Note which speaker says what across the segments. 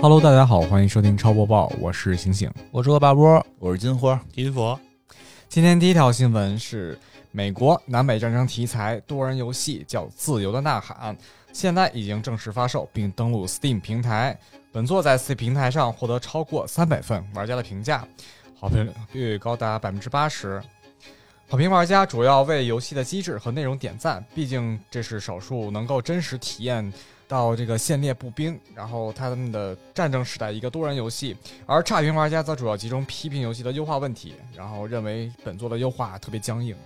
Speaker 1: Hello，大家好，欢迎收听超播报，我是醒醒。
Speaker 2: 我是恶霸波，
Speaker 3: 我是金花，
Speaker 4: 金佛，
Speaker 1: 今天第一条新闻是美国南北战争题材多人游戏叫《自由的呐喊》，现在已经正式发售并登陆 Steam 平台。本作在 C 平台上获得超过三百份玩家的评价，好评率高达百分之八十。好评玩家主要为游戏的机制和内容点赞，毕竟这是少数能够真实体验到这个线列步兵，然后他们的战争时代一个多人游戏。而差评玩家则主要集中批评游戏的优化问题，然后认为本作的优化特别僵硬。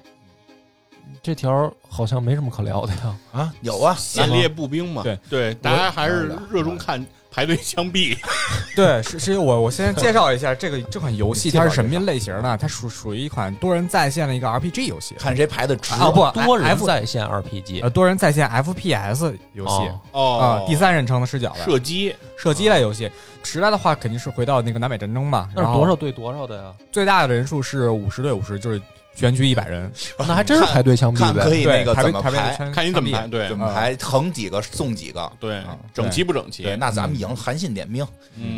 Speaker 2: 这条好像没什么可聊的呀。
Speaker 3: 啊， 有啊，
Speaker 4: 线列步兵嘛，
Speaker 1: 对
Speaker 4: 大家还是热衷看排队枪毙。
Speaker 1: 对，是是我我 先介绍一下这个这款游戏
Speaker 2: 介
Speaker 1: 它
Speaker 2: 绍
Speaker 1: 是什么啊类型呢？它属属于一款多人在线的一个 RPG 游戏，
Speaker 3: 看谁排的直
Speaker 1: 啊不
Speaker 2: 多人
Speaker 1: F
Speaker 2: 在线 RPG
Speaker 1: 呃多人在线 FPS 游戏
Speaker 2: 哦
Speaker 1: 啊、
Speaker 4: 哦
Speaker 1: 第三人称的视角的
Speaker 4: 射击，
Speaker 1: 射击类游戏。时代的话肯定是回到那个南北战争嘛，
Speaker 2: 那
Speaker 1: 然
Speaker 2: 是
Speaker 1: 后
Speaker 2: 多少对多少的呀？
Speaker 1: 最大的人数是五十对五十，就是全局一百人。
Speaker 2: 那还真是排队枪
Speaker 3: 看
Speaker 2: 毙
Speaker 3: 可
Speaker 2: 呗。
Speaker 3: 以
Speaker 1: 对，
Speaker 3: 那个
Speaker 1: 排
Speaker 3: 怎
Speaker 1: 位
Speaker 3: 么
Speaker 1: 排位啊
Speaker 3: 排，
Speaker 1: 圈
Speaker 4: 看你怎么排，
Speaker 1: 地
Speaker 4: 对
Speaker 3: 嗯怎么排，横几个送几个。
Speaker 4: 对
Speaker 1: 啊，
Speaker 4: 整齐不整齐？
Speaker 3: 对，那咱
Speaker 1: 嗯
Speaker 3: 们赢，韩信点兵，我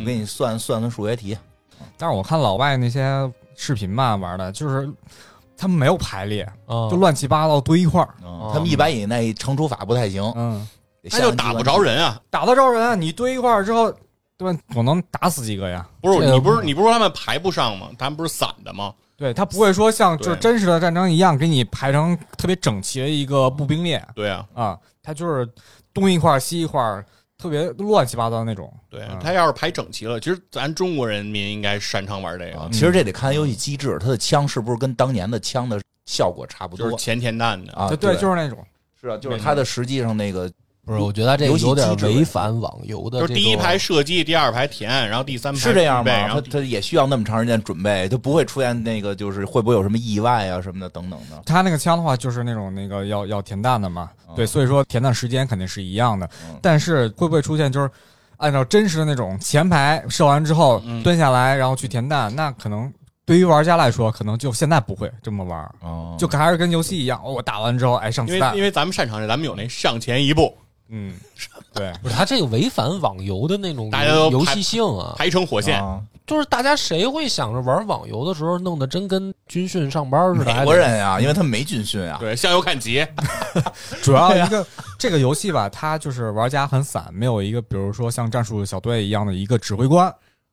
Speaker 3: 给
Speaker 4: 嗯，
Speaker 3: 你算算算数学题。
Speaker 1: 但是我看老外那些视频嘛玩的，就是他们没有排列，
Speaker 3: 哦
Speaker 2: 啊，
Speaker 1: 就乱七八糟堆一块儿。
Speaker 3: 嗯他们一百以内乘除法不太行，
Speaker 1: 嗯，
Speaker 4: 哦那就打不着。人啊！
Speaker 1: 打到招人，你堆一块儿之后，对吧？我能打死几个呀？
Speaker 4: 不是
Speaker 2: 这
Speaker 4: 你不
Speaker 3: 嗯
Speaker 4: 是你不是说他们排不上吗？他们不是散的吗？
Speaker 1: 对他不会说像
Speaker 4: 对
Speaker 1: 就是真实的战争一样，给你排成特别整齐的一个步兵列
Speaker 4: 对啊，
Speaker 1: 啊，他就是东一块儿西一块儿，特别乱七八糟那种。
Speaker 4: 对啊
Speaker 1: 嗯
Speaker 4: 他要是排整齐了，其实咱中国人民应该擅长玩这
Speaker 3: 啊
Speaker 4: 个，
Speaker 3: 其实这得看游戏机制，它的枪是不是跟当年的枪的效果差不
Speaker 4: 就是
Speaker 3: 多
Speaker 4: 前田蛋的。
Speaker 3: 啊？
Speaker 1: 对
Speaker 3: 对，
Speaker 1: 就是那种。
Speaker 3: 是啊，就是它的实际上那个
Speaker 2: 不是，我觉得这个有
Speaker 3: 游
Speaker 2: 点
Speaker 3: 戏机制
Speaker 2: 违反网游的
Speaker 4: 就
Speaker 2: 这个。
Speaker 4: 是第一排射击，第二排填，然后第三排
Speaker 3: 啊是这样
Speaker 4: 呗，
Speaker 3: 吗？
Speaker 4: 然后
Speaker 3: 它它也需要那么长时间准备，它不会出现那个就是会不会有什么意外啊什么的等等的。
Speaker 1: 他那个枪的话，就是那种那个要要填弹的嘛，
Speaker 3: 嗯
Speaker 1: 对，所以说填弹时间肯定是一样的，
Speaker 3: 嗯
Speaker 1: 但是会不会出现就是按照真实的那种前排射完之后
Speaker 4: 嗯
Speaker 1: 蹲下来，然后去填弹？那可能对于玩家来说，可能就现在不会这么玩儿，
Speaker 3: 哦
Speaker 1: 就还是跟游戏一样，哦我打完之后哎上
Speaker 4: 因
Speaker 1: 子
Speaker 4: 为
Speaker 1: 弹
Speaker 4: 因，为咱们擅长这，咱们有那上前一步，
Speaker 1: 嗯，对，
Speaker 2: 不是他这个违反网游的那种
Speaker 4: 大家都
Speaker 2: 游
Speaker 4: 排
Speaker 2: 戏性啊，
Speaker 4: 排成火线，
Speaker 3: 啊
Speaker 2: 就是大家谁会想着玩网游的时候弄得真跟军训上班似的？
Speaker 3: 美国人啊，因为他们没军训啊，
Speaker 4: 嗯对，向右看齐，
Speaker 3: 哎
Speaker 1: 主要一个 这个游戏吧，它就是玩家很散，没有一个比如说像战术小队一样的一个指挥官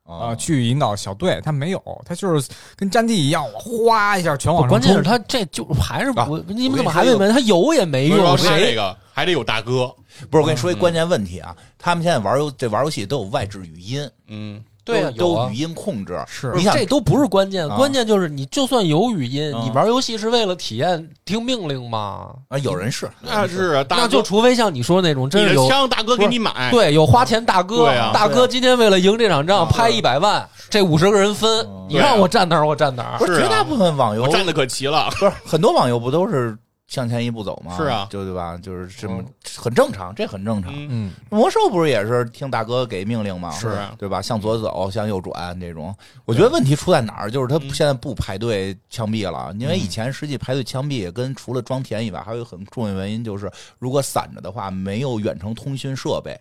Speaker 1: 啊、
Speaker 3: 啊
Speaker 1: 去引导小队，它没有，它就是跟战地一样，我哗一下全
Speaker 2: 还得，
Speaker 1: 往上
Speaker 2: 关键是
Speaker 1: 冲。
Speaker 2: 他这就还是
Speaker 3: 啊
Speaker 2: 我你们
Speaker 3: 我跟你
Speaker 2: 怎么还
Speaker 3: 说
Speaker 2: 没
Speaker 3: 一个
Speaker 2: 问他有也没
Speaker 4: 所以
Speaker 2: 用
Speaker 4: 说，他
Speaker 2: 谁
Speaker 4: 这个还得有大哥，
Speaker 3: 不是，我跟你说一
Speaker 4: 嗯
Speaker 3: 关键问题啊，他们现在玩游这玩游戏都有外置语音，
Speaker 4: 嗯，
Speaker 2: 对
Speaker 3: 都
Speaker 2: 啊有
Speaker 3: 都
Speaker 2: 啊
Speaker 3: 语音控制。
Speaker 1: 是
Speaker 3: 你想
Speaker 2: 这都不是关键，
Speaker 3: 啊
Speaker 2: 关键就是你就算有语音，
Speaker 3: 啊
Speaker 2: 你玩游戏是为了体验听命令吗？
Speaker 3: 啊，有人是
Speaker 4: 那是啊，大
Speaker 2: 那
Speaker 4: 哥
Speaker 2: 就除非像你说那种，
Speaker 4: 你
Speaker 2: 真是
Speaker 4: 的
Speaker 2: 有
Speaker 4: 枪，大哥给你买，
Speaker 2: 对有花钱大哥，
Speaker 4: 对啊
Speaker 2: 大哥今天为了赢这场仗
Speaker 3: 啊
Speaker 2: 拍一百万，这五十个人分，
Speaker 3: 嗯
Speaker 2: 你让我站哪儿我站哪儿
Speaker 3: 不。是
Speaker 4: 是啊
Speaker 3: 绝大部分网游
Speaker 4: 我站的可齐了，
Speaker 3: 不是很多网游不都是向前一步走吗？
Speaker 4: 是啊
Speaker 3: 就对吧？就是什
Speaker 4: 哦
Speaker 3: 么
Speaker 2: 嗯
Speaker 3: 很正常，这很正常。
Speaker 4: 嗯，
Speaker 1: 嗯，
Speaker 3: 魔兽不是也是听大哥给命令吗？
Speaker 4: 是啊
Speaker 3: 对吧？向左走，向右转这种。我觉得问题出在哪儿？就是他
Speaker 4: 嗯
Speaker 3: 现在不排队枪毙了，因为
Speaker 1: 嗯
Speaker 3: 以前实际排队枪毙跟除了装填以外，还有一个很重要的原因就是，如果散着的话，没有远程通讯设备，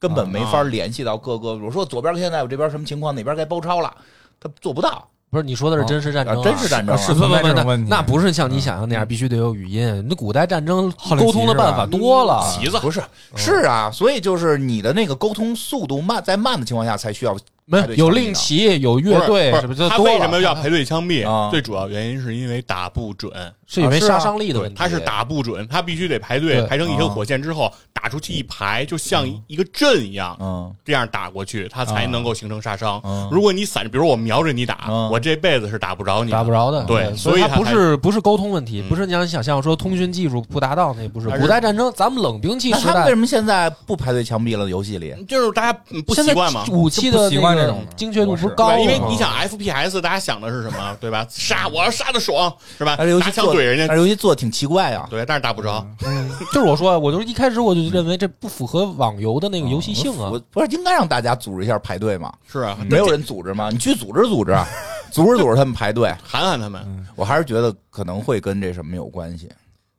Speaker 3: 根本没法联系到各个。比如说左边现在我这边什么情况，哪边该包抄了，他做不到。
Speaker 2: 不是你说的是真实战争啊，
Speaker 3: 啊真实战争啊
Speaker 2: 不
Speaker 1: 是
Speaker 2: 不
Speaker 1: 存在
Speaker 2: 不
Speaker 1: 这种
Speaker 2: 那
Speaker 1: 问题
Speaker 2: 那不是像你想象那样，必须得有语音。那古代战争
Speaker 1: 好嘞
Speaker 2: 沟通的办法多了，
Speaker 4: 旗子
Speaker 3: 不是，是啊，所以就是你的那个沟通速度慢，在慢的情况下才需要
Speaker 2: 没有
Speaker 3: 排队
Speaker 2: 有
Speaker 3: 枪毙
Speaker 2: 令旗，有乐队，
Speaker 4: 不
Speaker 2: 什
Speaker 4: 是
Speaker 2: 么
Speaker 4: 不
Speaker 2: 这
Speaker 4: 是他
Speaker 2: 多
Speaker 4: 为
Speaker 2: 了
Speaker 4: 什么要排队枪
Speaker 3: 啊
Speaker 4: 毙？最主要原因是因为打不准，
Speaker 2: 是因为
Speaker 3: 啊是啊
Speaker 2: 杀伤力的问题，
Speaker 4: 他是打不准，他必须得排队
Speaker 2: 对啊嗯
Speaker 4: 排成一条火线之后打出去一排，就像一个阵一样，
Speaker 3: 嗯
Speaker 4: 这样打过去，他
Speaker 2: 啊
Speaker 4: 才能够形成杀伤
Speaker 3: 嗯。
Speaker 4: 如果你散，比如我瞄着你打，
Speaker 3: 嗯
Speaker 4: 我这辈子是打不着你的，
Speaker 2: 打不着的，
Speaker 4: 对
Speaker 2: 所
Speaker 4: 所以
Speaker 2: 它
Speaker 4: 它
Speaker 2: 不是不是沟通问题，
Speaker 4: 嗯
Speaker 2: 不是你想想象说通讯技术不达到，那不是
Speaker 4: 还是
Speaker 2: 古代战争，咱们冷兵器
Speaker 3: 那
Speaker 2: 时
Speaker 3: 他们为
Speaker 2: 代
Speaker 3: 什，么现在不排队枪毙了？游戏里
Speaker 4: 就是大家嗯不
Speaker 2: 现
Speaker 4: 习
Speaker 2: 在
Speaker 4: 惯嘛。
Speaker 2: 武器
Speaker 1: 就
Speaker 2: 的
Speaker 1: 不习惯
Speaker 2: 那
Speaker 1: 这
Speaker 2: 个嗯
Speaker 1: 种
Speaker 2: 精确度
Speaker 1: 模式
Speaker 2: 不高啊嘛，
Speaker 4: 对，因为你想 FPS，大家想的是什么，对吧？杀，我要杀的爽，是吧？
Speaker 3: 他这游
Speaker 4: 拿
Speaker 3: 戏
Speaker 4: 枪
Speaker 3: 做，
Speaker 4: 怼人
Speaker 3: 他
Speaker 4: 家，
Speaker 3: 这游戏做的挺奇怪啊。
Speaker 4: 对，但是打不着。
Speaker 2: 嗯就是我说，我就是一开始我就认为这不符合网游的那个游戏性
Speaker 4: 嗯
Speaker 2: 啊
Speaker 3: 我，不是应该让大家组织一下排队吗？
Speaker 4: 是啊，
Speaker 3: 没有人组织吗？你去组织组织，啊 组织组织他们排队。
Speaker 4: 喊喊他们，
Speaker 3: 我还是觉得可能会跟这什么有关系。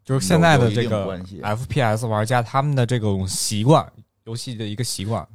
Speaker 1: 就是现在的这
Speaker 3: 有有一定
Speaker 1: 个
Speaker 3: 关系
Speaker 1: FPS 玩家他们的这种习惯，游戏的一个习惯，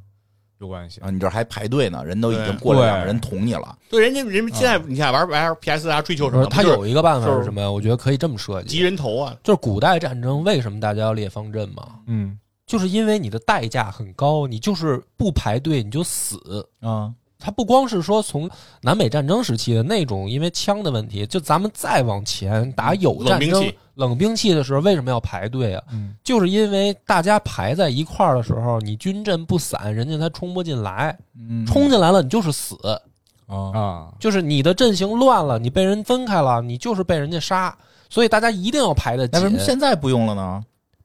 Speaker 1: 有关系。
Speaker 3: 啊，你这还排队呢，人都已经过
Speaker 1: 对
Speaker 3: 来两个人捅你了，
Speaker 4: 对，人家人家现在你看玩 L P S 啊，追求什么？
Speaker 2: 他
Speaker 4: 就是
Speaker 2: 有一个办法
Speaker 4: 就是
Speaker 2: 是什么呀？我觉得可以这么设
Speaker 4: 急
Speaker 2: 计，
Speaker 4: 人头啊，
Speaker 2: 就是古代战争为什么大家要列方阵嘛？
Speaker 1: 嗯，
Speaker 2: 就是因为你的代价很高，你就是不排队你就死。
Speaker 3: 啊，
Speaker 2: 它不光是说从南北战争时期的那种因为枪的问题，就咱们再往前打有战
Speaker 4: 嗯冷兵
Speaker 2: 争
Speaker 4: 器
Speaker 2: 冷兵器的时候，为什么要排队啊？
Speaker 1: 嗯
Speaker 2: 就是因为大家排在一块儿的时候，你军阵不散，人家才冲不进来，
Speaker 3: 嗯
Speaker 2: 冲进来了你就是死，
Speaker 3: 啊，
Speaker 1: 啊，
Speaker 2: 就是你的阵型乱了，你被人分开了，你就是被人家杀，所以大家一定要排的
Speaker 3: 那
Speaker 2: 紧
Speaker 3: 为什。么现在不用了呢？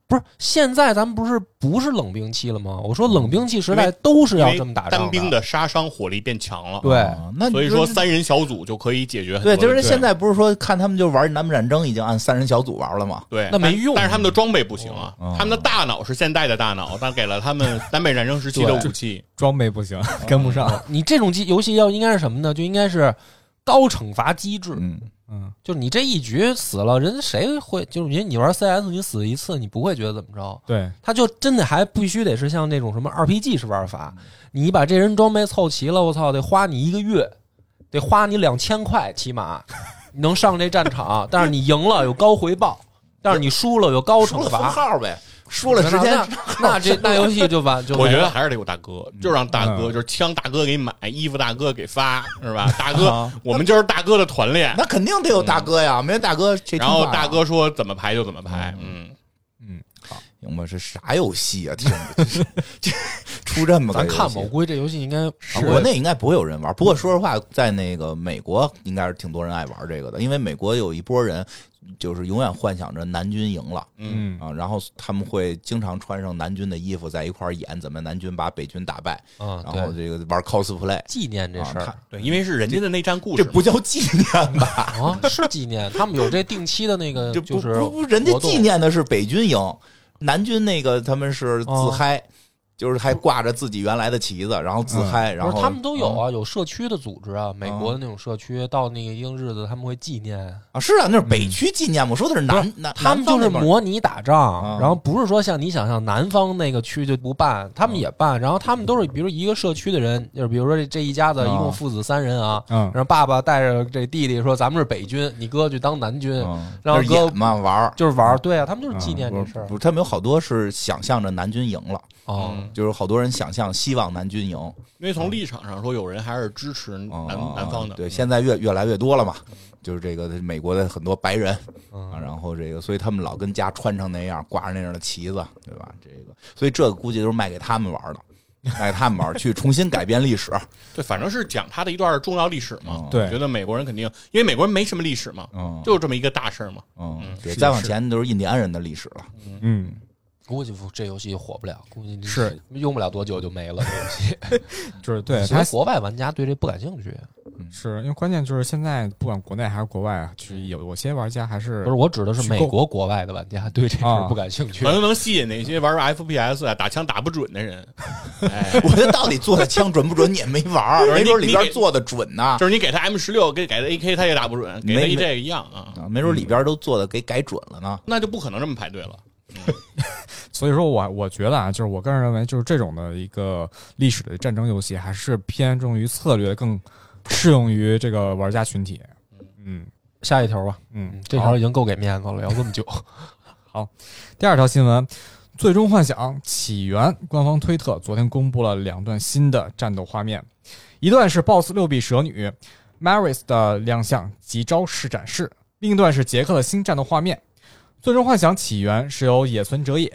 Speaker 2: 不是现在咱们不是不是冷兵器了吗？我说冷兵器时代都是要这么打仗
Speaker 4: 单兵的杀伤火力变强了，
Speaker 2: 对
Speaker 3: 啊那你
Speaker 4: 所以说三人小组就可以解决很多
Speaker 3: 对，
Speaker 4: 问
Speaker 3: 就是
Speaker 4: 题。
Speaker 3: 现在不是说看他们就玩南北战争已经按三人小组玩了吗？
Speaker 4: 对，
Speaker 2: 那没
Speaker 4: 但
Speaker 2: 用
Speaker 4: 但是他们的装备不行啊
Speaker 3: 哦，
Speaker 4: 他们的大脑是现代的大脑，但给了他们南北战争时期的武器。
Speaker 1: 装备不行，跟不上。
Speaker 2: 你这种机游戏要应该是什么呢？就应该是高惩罚机制，
Speaker 3: 嗯，
Speaker 1: 嗯，
Speaker 2: 就是你这一局死了，人谁会？就是你你玩 CS，你死一次，你不会觉得怎么着？
Speaker 1: 对，
Speaker 2: 他就真的还必须得是像那种什么 RPG 式玩
Speaker 3: 嗯
Speaker 2: 法，你把这人装备凑齐了，我操，得花你一个月，得花你两千块，起 码你能上这战场。但是你赢了有高回报，但是你输了有高
Speaker 3: 输
Speaker 2: 惩
Speaker 3: 了封
Speaker 2: 罚。
Speaker 3: 号呗，输了时间
Speaker 2: 那那这那游戏就完就
Speaker 4: 嗯我
Speaker 2: 没
Speaker 4: 觉得
Speaker 2: 了
Speaker 4: 还是得有大哥，就让大哥，
Speaker 1: 嗯
Speaker 4: 就是枪大哥给买，衣服大哥给发，是吧？大哥，我们就是大哥的团练。
Speaker 3: 那肯定得有大哥呀，没有大哥谁听
Speaker 4: 然
Speaker 3: 话呀？啊
Speaker 4: 后大哥说怎么排就怎么排，嗯，
Speaker 3: 行吧，这啥游戏啊？ 听着，这出这么个
Speaker 2: 咱
Speaker 3: 游戏
Speaker 2: 看吧，我估计这游戏应该
Speaker 3: 啊国内应该不会有人玩，不过说实话，在那个美国应该是挺多人爱玩这个的，因为美国有一波人就是永远幻想着南军赢了
Speaker 1: 嗯
Speaker 3: 啊，然后他们会经常穿上南军的衣服在一块儿演怎么南军把北军打败，
Speaker 2: 啊，
Speaker 3: 然后
Speaker 2: 对，
Speaker 3: 这个玩 cosplay，
Speaker 2: 纪念这事
Speaker 3: 啊
Speaker 2: 儿
Speaker 3: 他
Speaker 4: 对，因为是人家的内战故
Speaker 3: 这
Speaker 4: 事，
Speaker 3: 不叫纪 念吧？
Speaker 2: 啊，是纪念，他们有这定期的 那个
Speaker 3: 这
Speaker 2: 就
Speaker 3: 不
Speaker 2: 是
Speaker 3: 不不，人家
Speaker 2: 活动
Speaker 3: 纪念的是北军赢，南军那个他们是自
Speaker 2: 哦
Speaker 3: 嗨，就是还挂着自己原来来的旗子，然后自
Speaker 1: 嗯
Speaker 3: 嗨，然
Speaker 2: 不
Speaker 3: 后嗯
Speaker 2: 是他们都有啊，有社区的组织啊，美国的那种社区，到那个一定日子他们会纪念，
Speaker 3: 啊，是啊，那是北区纪念嘛，我说的是南南，
Speaker 2: 他
Speaker 3: 南
Speaker 2: 们
Speaker 3: 方
Speaker 2: 就
Speaker 3: 那
Speaker 2: 是
Speaker 3: 边
Speaker 2: 模拟打
Speaker 3: 啊
Speaker 2: 仗，然后不是说像你想象南方那个区就不办，他们也
Speaker 3: 啊
Speaker 2: 办，然后他们都是比如一个社区的人，就是比如说这这一家子
Speaker 3: 啊
Speaker 2: 一共父子三人啊，
Speaker 1: 嗯
Speaker 2: 然后爸爸带着这弟弟说咱们是北军，你哥去当南军，
Speaker 3: 嗯
Speaker 2: 然后
Speaker 3: 就是
Speaker 2: 哥
Speaker 3: 演嘛玩儿，
Speaker 2: 就是玩儿，对啊，他们就是纪念
Speaker 3: 不
Speaker 2: 这
Speaker 3: 是
Speaker 2: 事儿
Speaker 3: 不是，他们有好多是想象着南军赢了，
Speaker 2: 哦。
Speaker 4: 嗯
Speaker 3: 就是好多人想象希望南军赢，
Speaker 4: 因为从立场上说，有人还是支持
Speaker 3: 嗯
Speaker 4: 南
Speaker 3: 嗯
Speaker 4: 南方
Speaker 3: 嗯
Speaker 4: 的，
Speaker 3: 对，现在越越来越多了嘛，就是这个美国的很多白人
Speaker 2: 嗯
Speaker 3: 啊，然后这个，所以他们老跟家穿成那样，挂着那样的旗子，对吧？这个，所以这个估计都是卖给他们玩的，卖给他们玩儿去重新改变历史，
Speaker 4: 对，反正是讲他的一段重要历史嘛
Speaker 3: 嗯。
Speaker 1: 对
Speaker 4: 我觉得美国人肯定，因为美国人没什么历史嘛，
Speaker 3: 嗯，
Speaker 4: 哦就这么一个大事儿嘛。
Speaker 3: 嗯，对，
Speaker 1: 是
Speaker 3: 再往
Speaker 1: 是
Speaker 3: 前都是印第安人的历史了，
Speaker 1: 嗯，
Speaker 2: 估计这游戏火不了，估计这
Speaker 1: 是
Speaker 2: 用不了多久就没了。这游戏，
Speaker 1: 就是对
Speaker 2: 其实
Speaker 1: 他
Speaker 2: 国外玩家对这不感兴趣。
Speaker 1: 是因为关键就是现在不管国内还是国外啊，就是有有些玩家还是
Speaker 2: 不是，我指的是
Speaker 1: 虚
Speaker 2: 美
Speaker 1: 构
Speaker 2: 国国外的玩家对这事
Speaker 1: 啊
Speaker 2: 儿不感兴趣
Speaker 4: 可。
Speaker 3: 嗯
Speaker 4: 能能吸引那些玩 FPS 啊打枪打不准的人， 哎，
Speaker 3: 我这到底做的枪准不准，你也没玩儿，
Speaker 4: 不是
Speaker 3: 没
Speaker 4: 你
Speaker 3: 准里边
Speaker 4: 你给
Speaker 3: 做的准呢。
Speaker 4: 就是你给他 M 十六，给给他 AK，他也打不准，给他
Speaker 3: 没
Speaker 4: A 这一样啊，
Speaker 3: 啊，没准里边都做的给改准了呢。
Speaker 4: 那就不可能这么排队了。
Speaker 1: 所以说我我觉得啊，就是我个人认为，就是这种的一个历史的战争游戏，还是偏重于策略，更适用于这个玩家群体。嗯
Speaker 2: 下一条吧，
Speaker 1: 嗯
Speaker 2: 嗯，这条已经够给面子了，聊这 么久。
Speaker 1: 第二条新闻，《最终幻想起源》官方推特昨天公布了两段新的战斗画面，一段是 BOSS 六臂蛇女 Maris 的亮相及招式展示，另一段是杰克的新战斗画面。《最终幻想起源》是由野村哲也、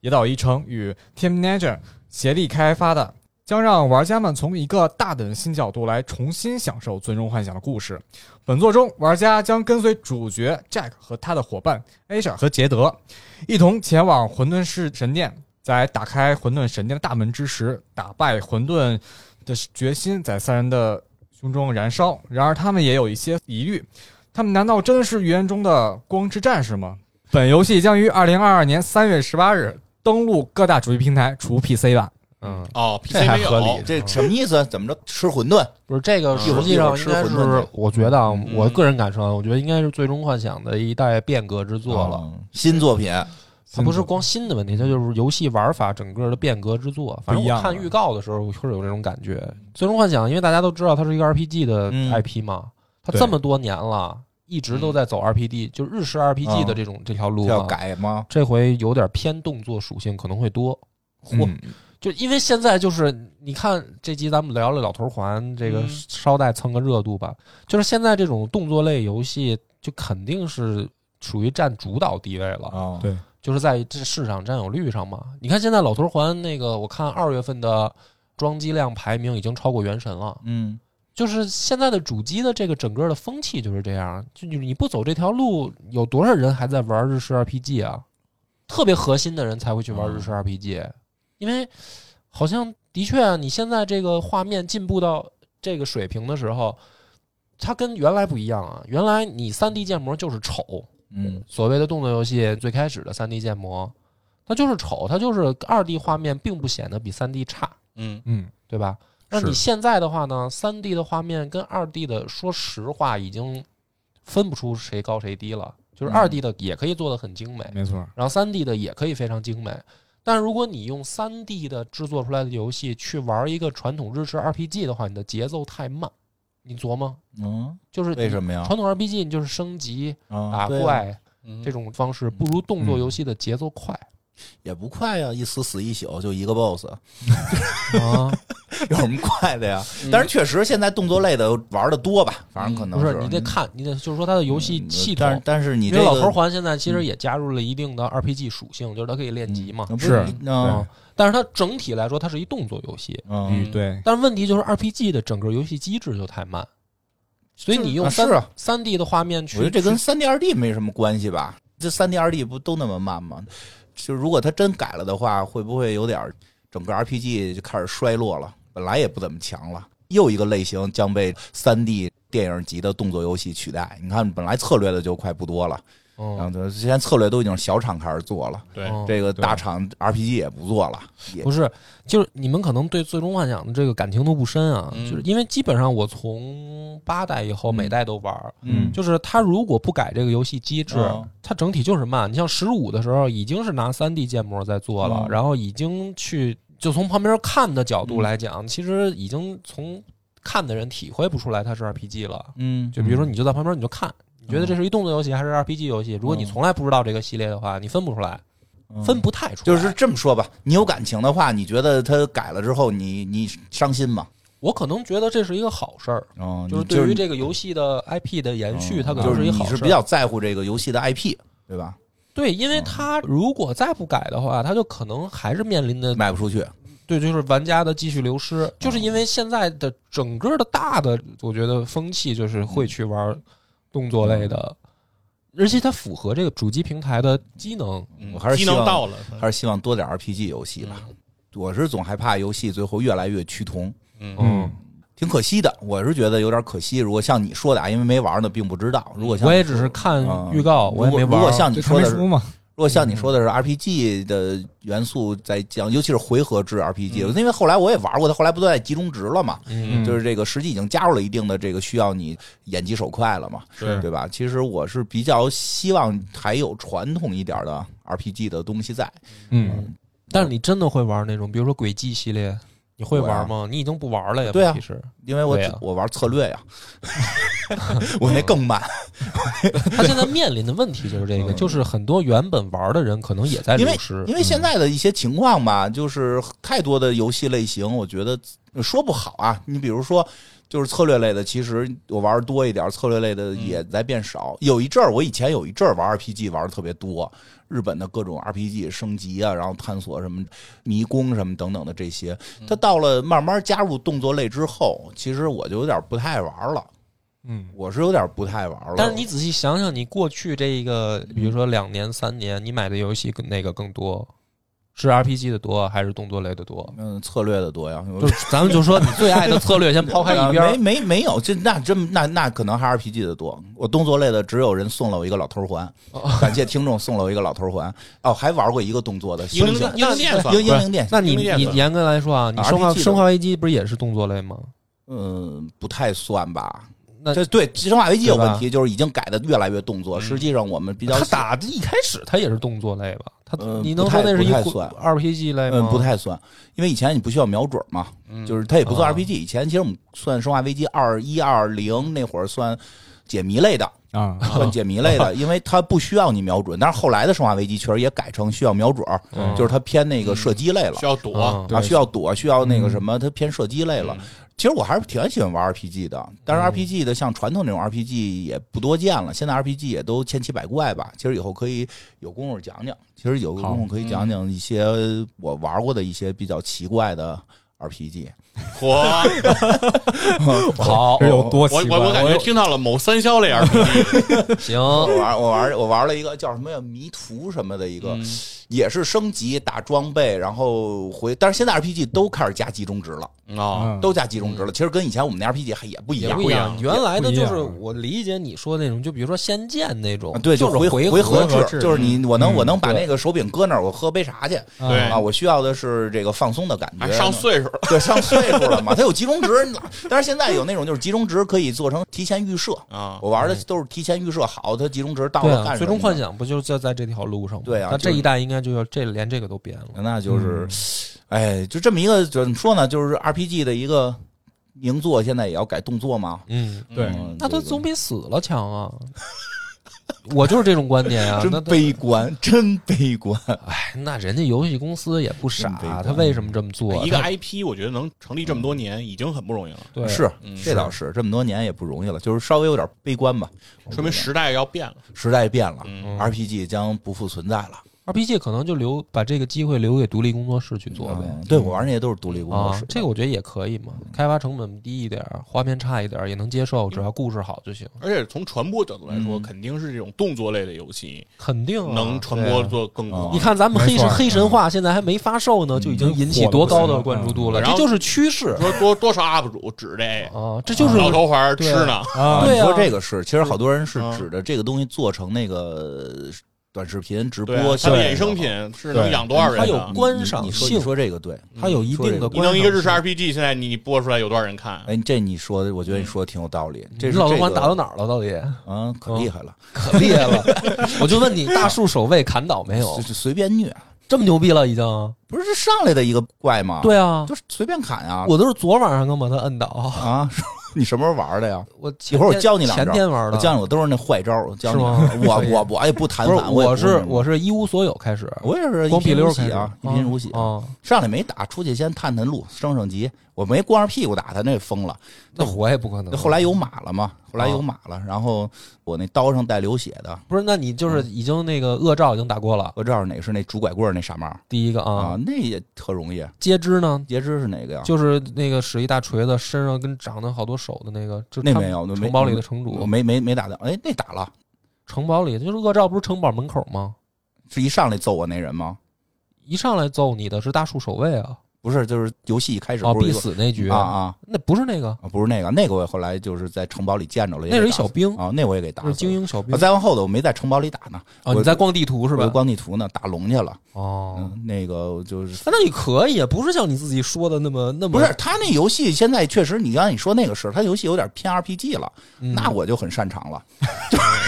Speaker 1: 野岛一成与 Team Ninja 协力开发的。将让玩家们从一个大胆的新角度来重新享受《最终幻想》的故事。本作中，玩家将跟随主角 Jack 和他的伙伴 Asia 和杰德，一同前往混沌市神殿。在打开混沌神殿的大门之时，打败混沌的决心在三人的胸中燃烧。然而，他们也有一些疑虑：他们难道真的是预言中的光之战士吗？本游戏将于二零二二年三月十八日登陆各大主机平台，除 PC 版。
Speaker 2: 嗯，
Speaker 4: 哦，PC
Speaker 2: 这还
Speaker 4: 没有
Speaker 2: 合理
Speaker 3: 哎这什么意思？怎么着？吃馄饨？
Speaker 2: 不是这个，
Speaker 4: 一
Speaker 2: 实
Speaker 4: 会儿
Speaker 2: 际上应该
Speaker 3: 一会嗯儿吃馄饨
Speaker 2: 是
Speaker 3: 去，
Speaker 2: 我觉得啊，
Speaker 3: 嗯
Speaker 2: 我个人感受啊，我觉得应该是《最终幻想》的一代变革之作了。
Speaker 3: 哦嗯新作品，
Speaker 2: 它不是光新的问题，它就是游戏玩法整个的变革之作。反正
Speaker 1: 不一样了
Speaker 2: 我看预告的时候，我会有这种感觉。最终幻想，因为大家都知道它是一个 RPG 的
Speaker 3: 嗯
Speaker 2: IP 嘛，它
Speaker 1: 对
Speaker 2: 这么多年了，一直都在走 RPG，就日式 RPG 的这嗯啊种这条路
Speaker 3: 要
Speaker 2: 嘛。
Speaker 3: 改吗？
Speaker 2: 这回有点偏动作属性，可能会多。嚯
Speaker 1: 嗯
Speaker 2: 就因为现在就是你看这集咱们聊了老头环，这个
Speaker 4: 嗯
Speaker 2: 捎带蹭个热度吧。就是现在这种动作类游戏，就肯定是属于占主导地位了，
Speaker 3: 啊，
Speaker 1: 对
Speaker 2: 就是在这市场占有率上嘛。你看现在老头环那个，我看二月份的装机量排名已经超过原神了。
Speaker 3: 嗯，
Speaker 2: 就是现在的主机的这个整个的风气就是这样，就你你不走这条路，有多少人还在玩日式 RPG 啊？特别核心的人才会去玩日式 RPG，、因为好像的确啊，你现在这个画面进步到这个水平的时候，它跟原来不一样啊。原来你三 D 建模就是丑，
Speaker 3: 嗯，
Speaker 2: 所谓的动作游戏最开始的三 D 建模，它就是丑，它就是二 D 画面并不显得比三 D 差。
Speaker 4: 嗯，
Speaker 1: 嗯，
Speaker 2: 对吧？那
Speaker 1: 是
Speaker 2: 你现在的话呢，三 D 的画面跟二 D 的，说实话已经分不出谁高谁低了。就是
Speaker 3: 嗯
Speaker 2: 二 D 的也可以做的很精美，
Speaker 1: 没错，
Speaker 2: 然后三 D 的也可以非常精美。但如果你用三 D 的制作出来的游戏去玩一个传统日式 RPG 的话，你的节奏太慢。你琢磨，
Speaker 3: 嗯，
Speaker 2: 就是
Speaker 3: 为什么呀？
Speaker 2: 传统 RPG 你就是升级、
Speaker 3: 啊
Speaker 2: 打
Speaker 3: 对啊嗯
Speaker 2: 怪
Speaker 4: 嗯
Speaker 2: 这种方式，不如动作游戏的节奏快
Speaker 3: 也不快呀，一死死一宿就一个 boss，嗯
Speaker 2: 啊。
Speaker 3: 有什么快的呀？但是确实现在动作类的玩的多吧，反正可能
Speaker 2: 不是
Speaker 3: 是嗯
Speaker 2: 你得看，你得就是说它的游戏系统
Speaker 3: 但是但是你
Speaker 2: 因
Speaker 3: 这
Speaker 2: 为
Speaker 3: 个
Speaker 2: 老头环现在其实也加入了一定的 RPG 属性，就是它可以练级嘛。
Speaker 3: 嗯
Speaker 1: 是
Speaker 3: 不嗯
Speaker 2: 但是它整体来说，它是一动作游戏。
Speaker 3: 嗯
Speaker 1: 嗯，对，
Speaker 2: 但是问题就是 RPG 的整个游戏机制就太慢，所以你用
Speaker 3: 啊
Speaker 2: 三
Speaker 3: 是啊
Speaker 2: 三 D 的画面去，
Speaker 3: 我觉得这跟
Speaker 2: 去
Speaker 3: 三 D、二 D 没什么关系吧？这三 D、二 D 不都那么慢吗？就如果它真改了的话，会不会有点儿整个 RPG 就开始衰落了？本来也不怎么强了，又一个类型将被三 D 电影级的动作游戏取代。你看，本来策略的就快不多了，然后
Speaker 2: 嗯，
Speaker 3: 就现在策略都已经小厂开始做了，
Speaker 4: 对，
Speaker 2: 嗯
Speaker 3: 啊这个大厂 RPG 也不做了，也
Speaker 2: 不是，就是你们可能对《最终幻想》的这个感情都不深啊，
Speaker 4: 嗯
Speaker 2: 就是因为基本上我从八代以后每代都玩儿，
Speaker 1: 嗯
Speaker 2: 就是它如果不改这个游戏机制，
Speaker 3: 嗯
Speaker 2: 它整体就是慢。你像十五的时候，已经是拿三 D 建模在做了，
Speaker 3: 嗯
Speaker 2: 然后已经去就从旁边看的角度来讲，其实已经从看的人体会不出来它是 RPG 了。
Speaker 3: 嗯
Speaker 2: 就比如说，你就在旁边你就看，你觉得这是一动作游戏还是 RPG 游戏？如果你
Speaker 3: 嗯
Speaker 2: 从来不知道这个系列的话，你分不出来，分不太出来。
Speaker 3: 就是这么说吧，你有感情的话，你觉得它改了之后，你你伤心吗？
Speaker 2: 我可能觉得这是一个好事儿，
Speaker 3: 嗯
Speaker 2: 就是对于这个游戏的 IP 的延续，它可
Speaker 3: 哦就
Speaker 2: 能一
Speaker 3: 你
Speaker 2: 个好事
Speaker 3: 是
Speaker 2: 儿。
Speaker 3: 比较嗯在乎这个游戏的 IP，对吧？
Speaker 2: 对，因为它如果再不改的话，它就可能还是面临的
Speaker 3: 卖不出去，
Speaker 2: 对，就是玩家的继续流失，就是因为现在的整个的大的，我觉得风气就是
Speaker 3: 嗯
Speaker 2: 会去玩动作类的，而且它符合这个主机平台的机能。
Speaker 4: 嗯
Speaker 3: 我还是
Speaker 4: 机
Speaker 3: 希望
Speaker 4: 能到了，嗯
Speaker 3: 还是希望多点 RPG 游戏
Speaker 2: 嗯
Speaker 3: 吧。我是总害怕游戏最后越来越趋同，
Speaker 2: 哦
Speaker 4: 嗯嗯
Speaker 1: 嗯，
Speaker 3: 挺可惜的。我是觉得有点可惜。如果像你说的啊，因为没玩呢，并不知道。如果像
Speaker 2: 我也只是看
Speaker 3: 嗯
Speaker 2: 预告，我也没嗯
Speaker 3: 如果
Speaker 2: 玩。
Speaker 3: 如果像你
Speaker 1: 这
Speaker 3: 说
Speaker 1: 还没
Speaker 3: 的是，
Speaker 1: 出
Speaker 3: 如
Speaker 1: 嘛，
Speaker 3: 果像你说的是 RPG 的元素在讲，尤其是回合制 RPG，、因为后来我也玩过，它后来不都在集中值了嘛？
Speaker 2: 嗯，
Speaker 3: 就是这个实际已经加入了一定的这个需要你眼疾手快了嘛，
Speaker 4: 是
Speaker 3: 对吧？其实我是比较希望还有传统一点的 RPG 的东西在，
Speaker 1: 嗯，
Speaker 2: 但是你真的会玩那种，比如说《轨迹》系列，你会玩吗？你已经不玩了呀，
Speaker 3: 啊对啊
Speaker 2: 问题是。
Speaker 3: 因为我
Speaker 2: 对
Speaker 3: 只、
Speaker 2: 啊
Speaker 3: 我玩策略呀， 我那更慢，
Speaker 2: 他现在面临的问题就是这个，
Speaker 3: 嗯
Speaker 2: 就是很多原本玩的人可能也在流失，嗯
Speaker 3: 因为现在的一些情况吧，就是太多的游戏类型，我觉得说不好啊。你比如说，就是策略类的，其实我玩得多一点，策略类的
Speaker 2: 嗯
Speaker 3: 也在变少。有一阵儿，我以前有一阵儿玩 RPG 玩的特别多，日本的各种 RPG 升级啊，然后探索什么迷宫什么等等的这些。
Speaker 2: 嗯
Speaker 3: 它到了慢慢加入动作类之后，其实我就有点不太爱玩了。
Speaker 1: 嗯，
Speaker 3: 我是有点不太爱玩了。
Speaker 2: 但是你仔细想想，你过去这一个，比如说两年、三年，你买的游戏跟哪个更多？是 RPG 的多还是动作类的多？
Speaker 3: 嗯，策略的多呀，我
Speaker 2: 就是咱们就说你最爱的策略，先抛开 一边
Speaker 3: 啊没
Speaker 2: 儿。
Speaker 3: 没没有，这那真那那可能还是 RPG 的多。我动作类的只有人送了我一个老头环，
Speaker 2: 哦
Speaker 3: 感谢听众送了我一个老头环。哦，还玩过一个动作的
Speaker 4: 英灵
Speaker 3: 猩猩
Speaker 4: 英灵殿算
Speaker 3: 英英灵殿，
Speaker 2: 那你
Speaker 4: 英烈
Speaker 2: 你
Speaker 4: 吧
Speaker 2: 严格来说啊，你
Speaker 3: RPG
Speaker 2: 生化
Speaker 3: 的
Speaker 2: 生化危机不是也是动作类吗？
Speaker 3: 嗯，不太算吧。
Speaker 2: 那
Speaker 3: 这对《生化危机》有问
Speaker 2: 对嗯
Speaker 3: 题，就是已经改的越来越动作。实际上我们比较
Speaker 2: 他打的一开始他也是动作类吧？他
Speaker 3: 嗯
Speaker 2: 你能
Speaker 3: 不
Speaker 2: 说
Speaker 3: 太
Speaker 2: 那是一
Speaker 3: 不太
Speaker 2: 混
Speaker 3: 算
Speaker 2: RPG 类
Speaker 3: 嗯
Speaker 2: 吗？
Speaker 3: 不太算，因为以前你不需要瞄准嘛，就是它也不算
Speaker 2: 啊
Speaker 3: RPG。以前其实我们算《生化危机》二一二零那会儿算解谜类的，
Speaker 1: 啊，
Speaker 3: 算解谜类的，因为它不需要你瞄准。但是后来的《生化危机》确实也改成需要瞄准，
Speaker 2: 嗯
Speaker 3: 就是它偏那个射击类了
Speaker 4: 需。要躲
Speaker 2: 嗯，
Speaker 3: 啊，
Speaker 1: 对
Speaker 3: 需要躲，需要那个什么，它偏射击类了
Speaker 4: 嗯。
Speaker 3: 其实我还是挺喜欢玩 RPG 的，但是 RPG 的像传统那种 RPG 也不多见了，现在 RPG 也都千奇百怪吧。其实以后可以有功夫讲讲，其实有
Speaker 1: 好
Speaker 3: 功夫可以讲讲一些我玩过的一些比较奇怪的 RPG。
Speaker 4: 火。
Speaker 3: 嗯
Speaker 2: 好
Speaker 1: 这，有多
Speaker 4: 我
Speaker 1: 奇怪？
Speaker 4: 我我感觉听到了某三消类 RPG，
Speaker 2: 行，
Speaker 3: 我玩我玩我玩了一个叫什么呀迷途什么的一个，也是升级打装备，然后回，但是现在 RPG 都开始加集中值了，
Speaker 4: 啊，
Speaker 1: 嗯
Speaker 3: 都加集中值了。其实跟以前我们那 RPG 还也不一
Speaker 2: 也
Speaker 3: 样，
Speaker 2: 不一样。原来的就
Speaker 1: 不
Speaker 2: 是
Speaker 1: 一样
Speaker 2: 我理解你说那种，就比如说《仙剑》那种
Speaker 3: 啊，，对，
Speaker 2: 就是
Speaker 3: 回
Speaker 2: 回
Speaker 3: 回
Speaker 2: 合
Speaker 1: 合
Speaker 3: 制，
Speaker 1: 制
Speaker 3: 就是你我能
Speaker 1: 嗯
Speaker 3: 我能把
Speaker 2: 对
Speaker 3: 那个手柄搁那儿，我喝杯茶去
Speaker 4: 对
Speaker 3: 啊，我需要的是这个放松的感
Speaker 4: 还
Speaker 3: 觉。
Speaker 4: 上岁 数了，
Speaker 3: 对，上岁数了嘛，它有集中值，但是现在有那种就是集中值可以做成提前预设，
Speaker 4: 啊，
Speaker 3: 我玩的都是提前预设好，它集中值到
Speaker 2: 对
Speaker 3: 了
Speaker 2: 啊，
Speaker 3: 干
Speaker 2: 最终幻
Speaker 3: 想，
Speaker 2: 想不就在在这条路上吗？
Speaker 3: 对啊
Speaker 2: 那
Speaker 3: 就是
Speaker 2: 这一代应该就要这连这个都变了。
Speaker 3: 那就是，哎，就这么一个怎么说呢，就是 RPG 的一个名作，现在也要改动作嘛。
Speaker 2: 嗯，
Speaker 1: 对
Speaker 3: 嗯
Speaker 2: 那
Speaker 3: 这
Speaker 2: 他
Speaker 3: 个
Speaker 2: 总比死了强啊！ 我就是这种观点 啊，那
Speaker 3: 真
Speaker 2: 他
Speaker 3: 悲观，真悲观。
Speaker 2: 哎，那人家游戏公司也不傻啊
Speaker 3: 真悲，观
Speaker 2: 他为什么这么做？啊
Speaker 4: 一个
Speaker 2: 他
Speaker 4: IP 我觉得能成立这么多年已经很不容易了，
Speaker 2: 对
Speaker 3: 是
Speaker 4: 嗯，
Speaker 3: 这倒是，这么多年也不容易了，就是稍微有点悲观吧，
Speaker 4: 说明时代要变了。
Speaker 3: 时代变了、
Speaker 4: 嗯
Speaker 3: r p g 将不复存在了。
Speaker 2: 嗯 RPG 可能就留把这个机会留给独立工作室去做呗。
Speaker 3: 对我玩那些都是独立工作
Speaker 2: 啊
Speaker 3: 室，，
Speaker 2: 这个我觉得也可以嘛，开发成本低一点儿，画面差一点儿也能接受，只要故事好就行。
Speaker 4: 而且从传播角度来说，
Speaker 3: 嗯
Speaker 4: 肯定是这种动作类的游戏
Speaker 2: 肯定啊
Speaker 4: 能传播。
Speaker 2: 对啊
Speaker 4: 做更
Speaker 3: 啊嗯
Speaker 4: 广
Speaker 2: 你。看咱们
Speaker 1: 没
Speaker 2: 黑神
Speaker 1: 错
Speaker 2: 黑神话现在还没发售呢，就已经引起多高的关注度了，
Speaker 4: 嗯
Speaker 2: 这啊就是趋势
Speaker 4: 说多多少 UP 主指这
Speaker 2: 啊，这就是
Speaker 4: 老头环儿吃呢，
Speaker 1: 啊，
Speaker 2: 对
Speaker 3: 你说
Speaker 2: 啊
Speaker 3: 这个是，其实好多人是
Speaker 4: 嗯
Speaker 3: 指着这个东西做成那个短视频直播嗯
Speaker 4: 对啊，它
Speaker 3: 效果
Speaker 4: 的
Speaker 3: 好，
Speaker 4: 衍生品是
Speaker 3: 对
Speaker 4: 能养多少人啊
Speaker 2: 它有
Speaker 4: 的？
Speaker 2: 观赏
Speaker 3: 你你说
Speaker 2: 性
Speaker 3: 你说这个对，
Speaker 2: 它有一定的
Speaker 4: 你
Speaker 2: 观赏
Speaker 4: 弄一
Speaker 2: 性。
Speaker 4: 个日式 RPG，现在你播出来有多少人看？
Speaker 3: 哎，这你说的，我觉得你说的挺有道理。这
Speaker 2: 你
Speaker 3: 是
Speaker 2: 嗯老头
Speaker 3: 这
Speaker 2: 环
Speaker 3: 个
Speaker 2: 打到哪儿了？到底
Speaker 3: 嗯， 可厉害了，
Speaker 2: 可厉害了！ 我就问你，大树守卫砍倒没有
Speaker 3: 就？是随便虐，
Speaker 2: 这么牛逼了已经？
Speaker 3: 不是上来的一个怪吗？，
Speaker 2: 对啊，
Speaker 3: 就是随便砍啊。
Speaker 2: 我都是昨晚上刚把他摁倒。
Speaker 3: 啊， 你什么时候玩的呀？
Speaker 2: 我
Speaker 3: 一
Speaker 2: 前
Speaker 3: 会儿我
Speaker 2: 天
Speaker 3: 教你两招，
Speaker 2: 前天玩的，
Speaker 3: 我教你，我都是那坏招，我教你
Speaker 2: 是吗
Speaker 3: 两 招。
Speaker 2: 可以
Speaker 3: 我我我也不弹
Speaker 2: 不是
Speaker 3: 反，
Speaker 2: 我
Speaker 3: 也不
Speaker 2: 是
Speaker 3: 什么
Speaker 2: 我是一无所有开始，
Speaker 3: 我也是一
Speaker 2: 光屁
Speaker 3: 贫
Speaker 2: 溜
Speaker 3: 如
Speaker 2: 儿
Speaker 3: 洗
Speaker 2: 开始
Speaker 3: 啊，一贫如洗。
Speaker 2: 啊。
Speaker 3: 上来没打，出去先探探路，升升级。我没光着屁股打他，那疯了。
Speaker 2: 那我也不可能。
Speaker 3: 后来有马了嘛，后
Speaker 2: 啊
Speaker 3: 来有马了，然后我那刀上带流血的，
Speaker 2: 不是，那你就是
Speaker 3: 嗯
Speaker 2: 已经那个恶兆已经打过了，
Speaker 3: 我知道哪是那拄拐棍儿那傻帽
Speaker 2: 第一个啊
Speaker 3: 啊，，那也特容易。
Speaker 2: 截肢呢，
Speaker 3: 截肢是哪个呀？
Speaker 2: 就是那个使一大锤子，身上跟长了好多手的那个，就是
Speaker 3: 那
Speaker 2: 他们
Speaker 3: 没有，那没
Speaker 2: 城堡里的城
Speaker 3: 我
Speaker 2: 主，
Speaker 3: 没没没打到。哎，那打了，
Speaker 2: 城堡里就是恶兆，不是城堡门口吗？
Speaker 3: 是一上来揍我那人吗？
Speaker 2: 一上来揍你的是大树守卫啊，
Speaker 3: 不是，就是游戏一开始
Speaker 2: 啊，
Speaker 3: 不是有
Speaker 2: 必
Speaker 3: 一个
Speaker 2: 死那局
Speaker 3: 啊啊
Speaker 2: 那不是那个，
Speaker 3: 啊，不是那个，那个我后来就是在城堡里见着了，也
Speaker 2: 那
Speaker 3: 给
Speaker 2: 是一
Speaker 3: 打
Speaker 2: 小兵，
Speaker 3: 啊，那我也给打
Speaker 2: 那
Speaker 3: 死
Speaker 2: 是精
Speaker 3: 了。
Speaker 2: 英小兵
Speaker 3: 啊，再往后头我没在城堡里打呢，
Speaker 2: 啊，
Speaker 3: 我
Speaker 2: 你在逛地图是
Speaker 3: 我
Speaker 2: 吧？
Speaker 3: 光地图呢，打龙去了。
Speaker 2: 哦，
Speaker 3: 嗯，那个就是
Speaker 2: 那你可以啊，不是像你自己说的那么那么
Speaker 3: 不
Speaker 2: 哦
Speaker 3: 是，他那游戏现在确实，你刚才你说那个事儿，他游戏有点偏 RPG 了，
Speaker 2: 嗯
Speaker 3: 那我就很擅长了。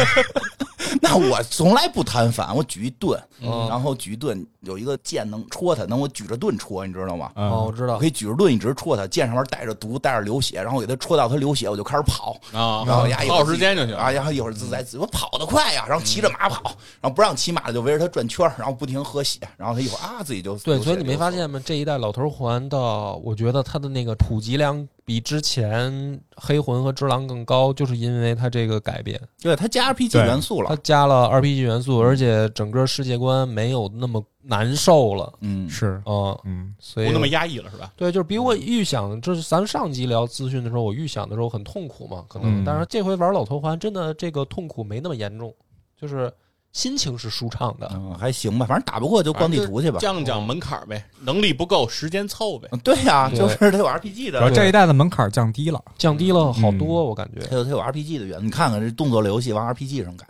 Speaker 3: 那我从来不贪反，我举一盾，
Speaker 2: 哦
Speaker 3: 然后举一盾有一个剑能戳他，能我举着盾戳，你知道吗？
Speaker 2: 哦，
Speaker 1: 嗯
Speaker 2: 我知
Speaker 3: 我
Speaker 2: 道
Speaker 3: 可，以举着盾一直戳他，剑上面带着毒，带着流血，然后给他戳到他流血，我就开始跑，
Speaker 4: 啊，
Speaker 3: 然后呀一会儿
Speaker 4: 耗
Speaker 3: 自
Speaker 4: 时
Speaker 3: 己
Speaker 4: 间就行。
Speaker 3: 啊，然后一会儿自在
Speaker 2: 嗯
Speaker 3: 自我跑得快呀，然后骑着马跑，然后不让骑马的就围着他转圈儿，然后不停喝血，然后他一会儿啊自己就
Speaker 2: 对，
Speaker 3: 流血
Speaker 2: 所以你
Speaker 3: 流
Speaker 2: 没
Speaker 3: 血
Speaker 2: 发现吗？这一代老头环的，我觉得它的那个普及量比之前黑魂和只狼更高，就是因为它这个改变，
Speaker 3: 对他加 RPG
Speaker 1: 对
Speaker 3: 元素了
Speaker 2: 它，加了 RPG 元素，而且整个世界观没有那么难受了，
Speaker 3: 嗯，
Speaker 1: 是，
Speaker 2: 嗯，
Speaker 1: 嗯，
Speaker 2: 所以
Speaker 4: 不那么压抑了是吧？
Speaker 2: 对，就是比我预想，就是咱们上集聊资讯的时候，我预想的时候很痛苦嘛，可能，
Speaker 1: 嗯
Speaker 2: 但是这回玩老头环，真的这个痛苦没那么严重，就是心情是舒畅的。
Speaker 3: 嗯，还行吧，反正打不过就逛地图去吧。
Speaker 4: 啊降降门槛儿呗，能力不够，时间凑呗。
Speaker 3: 嗯对呀、
Speaker 2: 对
Speaker 3: 就是它有 RPG
Speaker 1: 然后
Speaker 3: 的，
Speaker 1: 这一代的门槛降低了，
Speaker 2: 降低了好多，我感觉
Speaker 3: 它。有它有 RPG 的原因。你看看这动作类游戏往 RPG 上改，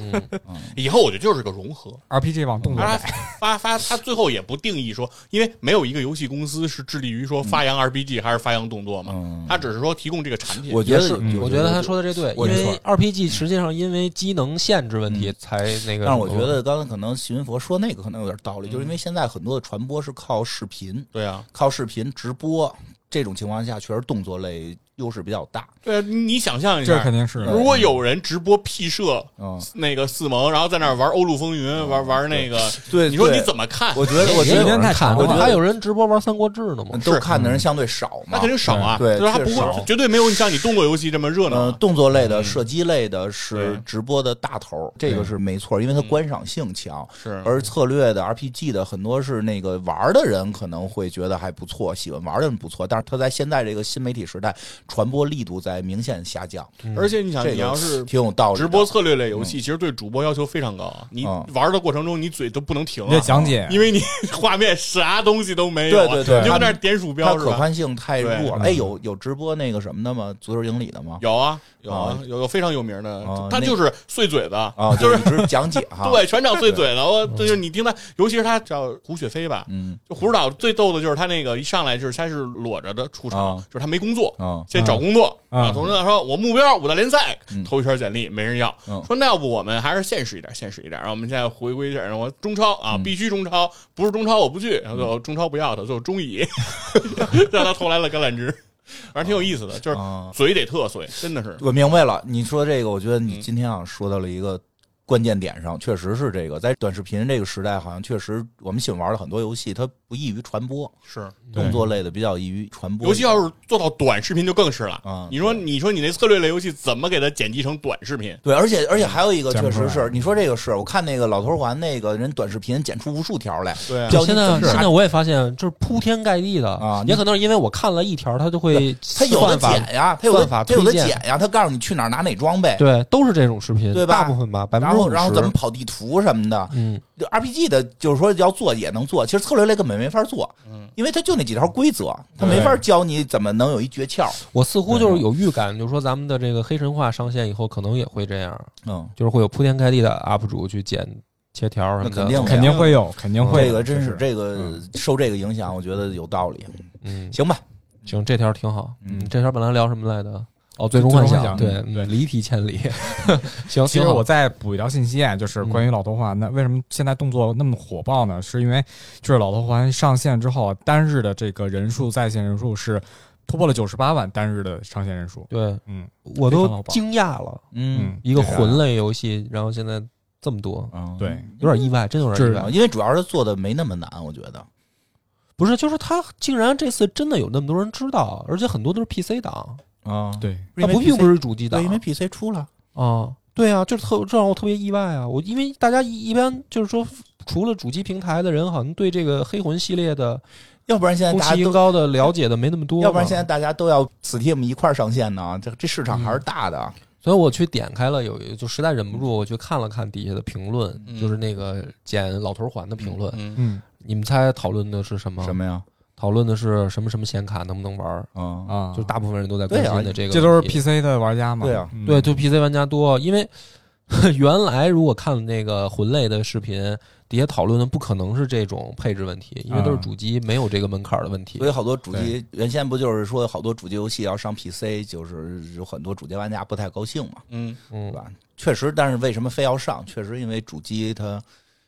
Speaker 2: 嗯，
Speaker 4: 以后我觉得就是个融合，
Speaker 1: RPG 往动作
Speaker 4: 他
Speaker 3: 啊
Speaker 1: 改，
Speaker 4: 发发他最后也不定义说，因为没有一个游戏公司是致力于说发扬 RPG 还是发扬动作嘛，
Speaker 3: 嗯，
Speaker 4: 他只是说提供这个产品。
Speaker 3: 我觉
Speaker 2: 也
Speaker 3: 得
Speaker 2: 是，
Speaker 1: 嗯
Speaker 2: 我觉得他，说的这对，
Speaker 1: 我
Speaker 2: 因
Speaker 1: 没
Speaker 2: 为
Speaker 1: 错
Speaker 2: RPG 实际上因为机能限制问题才那个什么。
Speaker 3: 但是我觉得刚才可能徐云佛说那个可能有点道理，就是因为现在很多的传播是靠视频，
Speaker 4: 对啊，
Speaker 3: 靠视频直播这种情况下，确实动作类优势比较大。
Speaker 4: 对啊，你你想象一
Speaker 1: 这
Speaker 4: 下
Speaker 1: 肯，定是
Speaker 4: 如果有人直播 P 社
Speaker 3: 嗯，
Speaker 4: 那个四盟，然后在那儿玩《欧陆风云》，玩玩那个，
Speaker 3: 对
Speaker 4: 你说你
Speaker 3: 么？
Speaker 4: 怎么看？
Speaker 3: 我觉得，我觉
Speaker 1: 时
Speaker 3: 得
Speaker 1: 间太长
Speaker 2: 看，
Speaker 1: 了，
Speaker 2: 还有人直播玩《三国志》呢吗
Speaker 3: 嗯？都看的人相对少
Speaker 4: 那
Speaker 3: 嘛
Speaker 4: 肯。定少
Speaker 3: 嗯
Speaker 4: 啊，
Speaker 3: 对
Speaker 4: 就是他不
Speaker 3: 确实
Speaker 4: 会，
Speaker 3: 少
Speaker 4: 绝对没有你像你动作游戏这么热闹
Speaker 3: 呃，
Speaker 4: 啊。
Speaker 3: 动作类的、射击类的是
Speaker 4: 对嗯
Speaker 3: 直播的大头儿，这个是没错，因为它观赏性强。
Speaker 4: 是，
Speaker 3: 而策略的 RPG 的很多是那个玩儿的人可能会觉得还不错，喜欢玩儿的人不错，但是它在现在这个新媒体时代，传播力度在明显下降，
Speaker 4: 啊而且你想，
Speaker 3: 嗯这
Speaker 4: 你要
Speaker 3: 个
Speaker 4: 是
Speaker 3: 挺有道理的。
Speaker 4: 直播策略类游戏，其实对主播要求非常高啊。你
Speaker 3: 嗯
Speaker 4: 玩的过程中，你嘴都不能停
Speaker 1: 你得
Speaker 4: 啊，
Speaker 1: 讲解，
Speaker 4: 因为你画面啥东西都没有啊，
Speaker 3: 哎对对对
Speaker 4: 你就在那儿点鼠
Speaker 3: 它
Speaker 4: 标是
Speaker 3: 可
Speaker 4: 吧？
Speaker 3: 看性太弱了。哎，有有直播那个什么的吗？足球经理的吗？
Speaker 4: 有啊，有啊
Speaker 3: 啊，
Speaker 4: 有个非常有名的
Speaker 3: 啊，
Speaker 4: 他
Speaker 3: 那
Speaker 4: 就是碎嘴子
Speaker 3: 啊，
Speaker 4: 就是
Speaker 3: 你只是讲解哈。，
Speaker 4: 对全场碎嘴 子。我就是你听他，尤其是他叫胡雪飞吧，
Speaker 3: 嗯
Speaker 4: 就胡指导最逗的就是他那个一上来就是他是裸着的出场，
Speaker 3: 啊
Speaker 4: 就是他没工作，
Speaker 3: 啊，
Speaker 4: 先找工作
Speaker 1: 啊
Speaker 4: 啊。同志说，我目标五大联赛
Speaker 3: 嗯
Speaker 4: 投一圈简历，没人要
Speaker 3: 嗯。
Speaker 4: 说那要不我们还是现实一点，现实一点。然后我们现在回归一下，然后我中超啊，
Speaker 3: 嗯
Speaker 4: 必须中超，不是中超我不去。然后最后中超不要他，最后中 乙 让他投来了橄榄枝，反正挺有意思的，就是
Speaker 3: 啊
Speaker 4: 嘴得特碎，真的是。
Speaker 3: 我明白了，你说这个，我觉得
Speaker 4: 嗯
Speaker 3: 你今天啊说到了一个关键点上，确实是这个，在短视频这个时代，好像确实我们喜欢玩的很多游戏，它不易于传播，
Speaker 4: 是，
Speaker 1: 对
Speaker 3: 动作类的比较易于传播。
Speaker 4: 尤其要是做到短视频就更是了。
Speaker 3: 啊
Speaker 4: 你说，你说你那策略类游戏怎么给它剪辑成短视频？
Speaker 3: 对，而且而且还有一个
Speaker 1: 讲不
Speaker 3: 确
Speaker 1: 出来
Speaker 3: 实是，你说这个是我看那个老头环那个人短视频剪出无数条来，
Speaker 4: 对啊
Speaker 3: 教你
Speaker 2: 现在
Speaker 3: 怎么
Speaker 2: 现
Speaker 3: 打
Speaker 2: 在我也发现，就是铺天盖地的
Speaker 3: 啊
Speaker 2: 也可能是因为我看了一条，他就会
Speaker 3: 他有的
Speaker 2: 算法
Speaker 3: 剪呀，他有的
Speaker 2: 算法
Speaker 3: 他有的
Speaker 2: 推荐
Speaker 3: 剪呀，他告诉你去哪儿拿哪装备，
Speaker 2: 对，都是这种视频，
Speaker 3: 对吧
Speaker 2: 大部分吧，百分
Speaker 3: 然
Speaker 2: 之
Speaker 3: 后
Speaker 2: 五
Speaker 3: 然后怎么跑地图什么的，
Speaker 2: 嗯，
Speaker 3: 就 RPG 的，就是说要做也能做，其实策略类根本没法做，嗯，因为它就那几条规则，它没法教你怎么能有一诀窍，
Speaker 2: 我似乎就是有预感，就是说咱们的这个黑神话上线以后，可能也会这样，
Speaker 3: 嗯，
Speaker 2: 就是会有铺天盖地的 UP 主去剪切条什么
Speaker 3: 那
Speaker 2: 的，
Speaker 3: 肯定的
Speaker 1: 肯定会有，肯定会有，
Speaker 3: 嗯这个真
Speaker 1: 是
Speaker 3: 是嗯这个受这个影响，我觉得有道理，
Speaker 2: 嗯，
Speaker 3: 行吧，
Speaker 2: 行，这条挺好，
Speaker 3: 嗯
Speaker 2: 嗯，这条本来聊什么来的？哦，最终幻
Speaker 1: 最终幻想
Speaker 2: 对
Speaker 1: 嗯对
Speaker 2: 离题 千里，行，
Speaker 1: 其实
Speaker 2: 挺好
Speaker 1: 我再补一条信息啊，就是
Speaker 3: 嗯
Speaker 1: 关于老头环的，为什么现在动作那么火爆呢？是因为就是老头环上线之后啊，单日的这个人数在线人数是突破了九十八万单日的上线人数。
Speaker 2: 对
Speaker 1: 嗯，
Speaker 2: 我
Speaker 1: 非常
Speaker 2: 都
Speaker 1: 好吧
Speaker 2: 惊讶了，
Speaker 1: 嗯
Speaker 2: 一个魂类游戏，然后现在这么多，
Speaker 3: 嗯，
Speaker 1: 对
Speaker 2: 有点意外，真有
Speaker 1: 就
Speaker 2: 点
Speaker 1: 是
Speaker 2: 意外
Speaker 3: 啊。因为主要是做的没那么难，我觉得，
Speaker 2: 不是，就是他竟然这次真的有那么多人知道，而且很多都是 PC 党，
Speaker 3: 啊，
Speaker 1: 对，
Speaker 2: 他不并不是主机党
Speaker 3: 对，因为 PC 出了，
Speaker 2: 啊。对啊，就是特这让我特别意外啊！我因为大家一一般就是说，除了主机平台的人，好像对这个黑魂系列的
Speaker 3: 要不然现在
Speaker 2: 宫
Speaker 3: 大
Speaker 2: 崎
Speaker 3: 家
Speaker 2: 英
Speaker 3: 都。
Speaker 2: 高的了解的没那么多嘛，
Speaker 3: 要不然现在大家都要 Steam 一块儿上线呢，这这市场还是大的。
Speaker 2: 所以我去点开了，有一就实在忍不住，我去看了看底下的评论，
Speaker 4: 嗯
Speaker 2: 就是那个捡老头环的评论。
Speaker 4: 嗯，
Speaker 1: 嗯
Speaker 2: 你们猜讨论的是什么？
Speaker 3: 什么呀？
Speaker 2: 讨论的是什么什么显卡能不能玩儿？
Speaker 3: 嗯
Speaker 1: 啊，
Speaker 2: 就大部分人都在关
Speaker 3: 对啊
Speaker 2: 心的这个问题，
Speaker 1: 这都是 PC 的玩家嘛？
Speaker 3: 对啊
Speaker 1: 嗯
Speaker 2: 对，就 PC 玩家多，因为 原来如果看那个魂类的视频，底下讨论的不可能是这种配置问题，因为
Speaker 4: 嗯
Speaker 2: 都是
Speaker 1: 啊
Speaker 2: 主机没有这个门槛儿的问题
Speaker 3: 所以。好多主机原先不就是说好多主机游戏要上 PC，就是有很多主机玩家不太高兴嘛，
Speaker 4: 嗯，
Speaker 2: 嗯
Speaker 3: 对，吧？确实，但是为什么非要上？确实因为主机它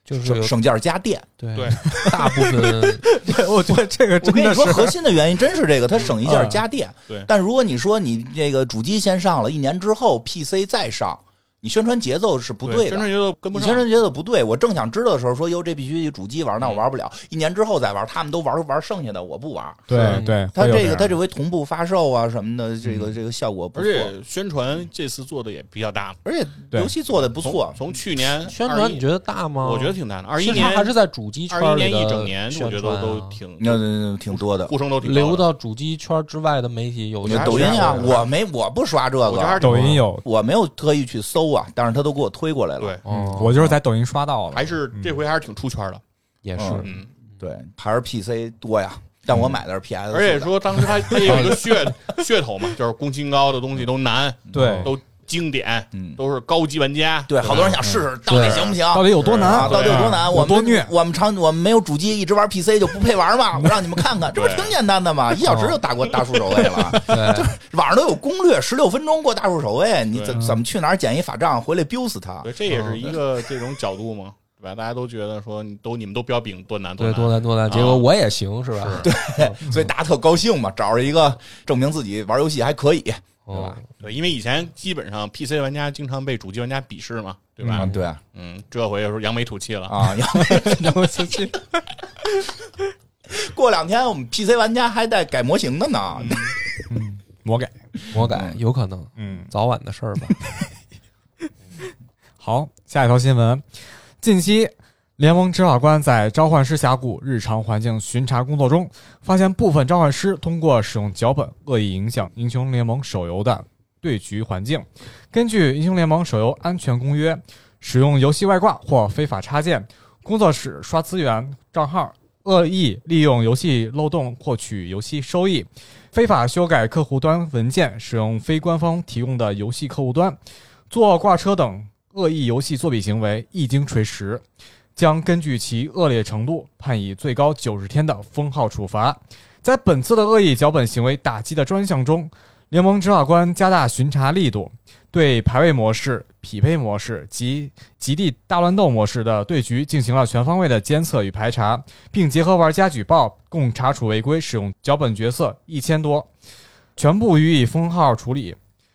Speaker 2: 就是
Speaker 3: 省
Speaker 2: 有
Speaker 3: 省件儿家电。
Speaker 2: 对
Speaker 4: 对
Speaker 2: 大部分
Speaker 1: 对， 我觉得这个
Speaker 3: 我
Speaker 1: 真
Speaker 3: 跟你
Speaker 1: 的
Speaker 3: 说，核
Speaker 1: 是
Speaker 3: 心的原因真是这个，它省一件儿家电。
Speaker 4: 对
Speaker 3: 但如果你说你这个主机先上了，一年之后 PC 再上，你宣传节奏是不对
Speaker 4: 宣
Speaker 3: 的。
Speaker 4: 传节奏跟不
Speaker 3: 你
Speaker 4: 上
Speaker 3: 宣。传节奏不对，我正想知道的时候说，哟，这必须得主机玩，那我玩不了。一年之后再玩，他们都玩玩剩下的，我不玩。
Speaker 1: 对对，
Speaker 3: 他
Speaker 1: 会有
Speaker 3: 这个
Speaker 1: 样
Speaker 3: 他这回同步发售啊什么的，这个这个效果不
Speaker 4: 而
Speaker 3: 错，
Speaker 4: 且宣传这次做的也比较大，
Speaker 3: 而且
Speaker 1: 对
Speaker 3: 游戏做的不错。
Speaker 4: 从去年
Speaker 2: 宣传，
Speaker 4: 21
Speaker 2: 你觉得大吗？
Speaker 4: 我觉得挺难的。二一
Speaker 2: 其实
Speaker 4: 年
Speaker 2: 它还是在主机圈
Speaker 4: 二一
Speaker 2: 里
Speaker 4: 年
Speaker 2: 的
Speaker 4: 一整年，我
Speaker 2: 宣
Speaker 4: 觉得
Speaker 2: 传啊
Speaker 4: 都挺
Speaker 3: 那那那挺多的，
Speaker 4: 呼声都挺
Speaker 2: 流
Speaker 4: 高的。
Speaker 2: 到主机圈之外的媒体有
Speaker 3: 抖音啊，我没我不刷这
Speaker 4: 我觉得还
Speaker 3: 个，
Speaker 4: 是
Speaker 1: 抖音有
Speaker 3: 我没有特意去搜书啊，但是他都给我推过来了。
Speaker 4: 对，
Speaker 2: 哦
Speaker 1: 我就是在抖音刷
Speaker 3: 哦
Speaker 1: 到的，
Speaker 4: 还是这回还是挺出圈的，
Speaker 2: 也是，
Speaker 3: 嗯
Speaker 4: 嗯，
Speaker 3: 对，还是 PC 多呀，但我买的是 PS，
Speaker 4: 而且说当时它它也 有一个噱噱头嘛，就是宫崎英高的东西都难，
Speaker 1: 对，
Speaker 4: 都经典，
Speaker 3: 嗯，
Speaker 4: 都是高级玩家，
Speaker 3: 对，好多人想试试到底行不行。
Speaker 1: 到底有多
Speaker 3: 啊，
Speaker 1: 难？
Speaker 3: 到底有
Speaker 1: 对
Speaker 3: 多
Speaker 1: 啊
Speaker 3: 难？
Speaker 1: 有
Speaker 3: 我
Speaker 1: 多
Speaker 3: 们
Speaker 1: 虐？
Speaker 3: 我们常我们没有主机，一直玩 PC 就不配玩嘛。我让你们看 看，这不
Speaker 4: 对
Speaker 3: 挺简单的吗？一小时就打过大树守卫 了，
Speaker 2: 对，
Speaker 3: 网上都有攻略，十六分钟过大树守卫，你怎
Speaker 1: 对
Speaker 3: 怎么去哪儿捡一法杖回来 biu 死他？
Speaker 4: 对，这也是一个这种角度嘛，对吧？大家都觉得说你都你们都标炳多难
Speaker 2: 对，
Speaker 4: 难
Speaker 2: 多，难多难，结果我也行是吧？对，
Speaker 3: 所以大家特高兴嘛，找着一个证明自己玩游戏还可
Speaker 1: 哎
Speaker 3: 以，
Speaker 2: 哦，
Speaker 4: 对，因为以前基本上 PC 玩家经常被主机玩家鄙视嘛，对
Speaker 3: 啊
Speaker 4: 吧？
Speaker 3: 对
Speaker 4: 嗯，这回又是扬眉吐气了，
Speaker 3: 啊，然 后过两天我们 PC 玩家还在改模型的呢，
Speaker 1: 嗯，我给，
Speaker 2: 魔改有可能，
Speaker 1: 嗯，
Speaker 2: 早晚的事儿吧。
Speaker 1: 好，下一条新闻，近期。联盟执法官在召唤师峡谷日常环境巡查工作中，发现部分召唤师通过使用脚本恶意影响英雄联盟手游的对局环境。根据《英雄联盟手游安全公约》，使用游戏外挂或非法插件、工作室刷资源账号、恶意利用游戏漏洞获取游戏收益、非法修改客户端文件、使用非官方提供的游戏客户端、做挂车等恶意游戏作弊行为，一经锤实，将根据其恶劣程度判以最高九十天的封号处罚。在本次的恶意脚本行为打击的专项中，联盟执法官加大巡查力度，对排位模式、匹配模式及极地大乱斗模式的对局进行了全方位的监测与排查，并结合玩家举报，共查处违规使用脚本角色一千多，全部予以封号处理。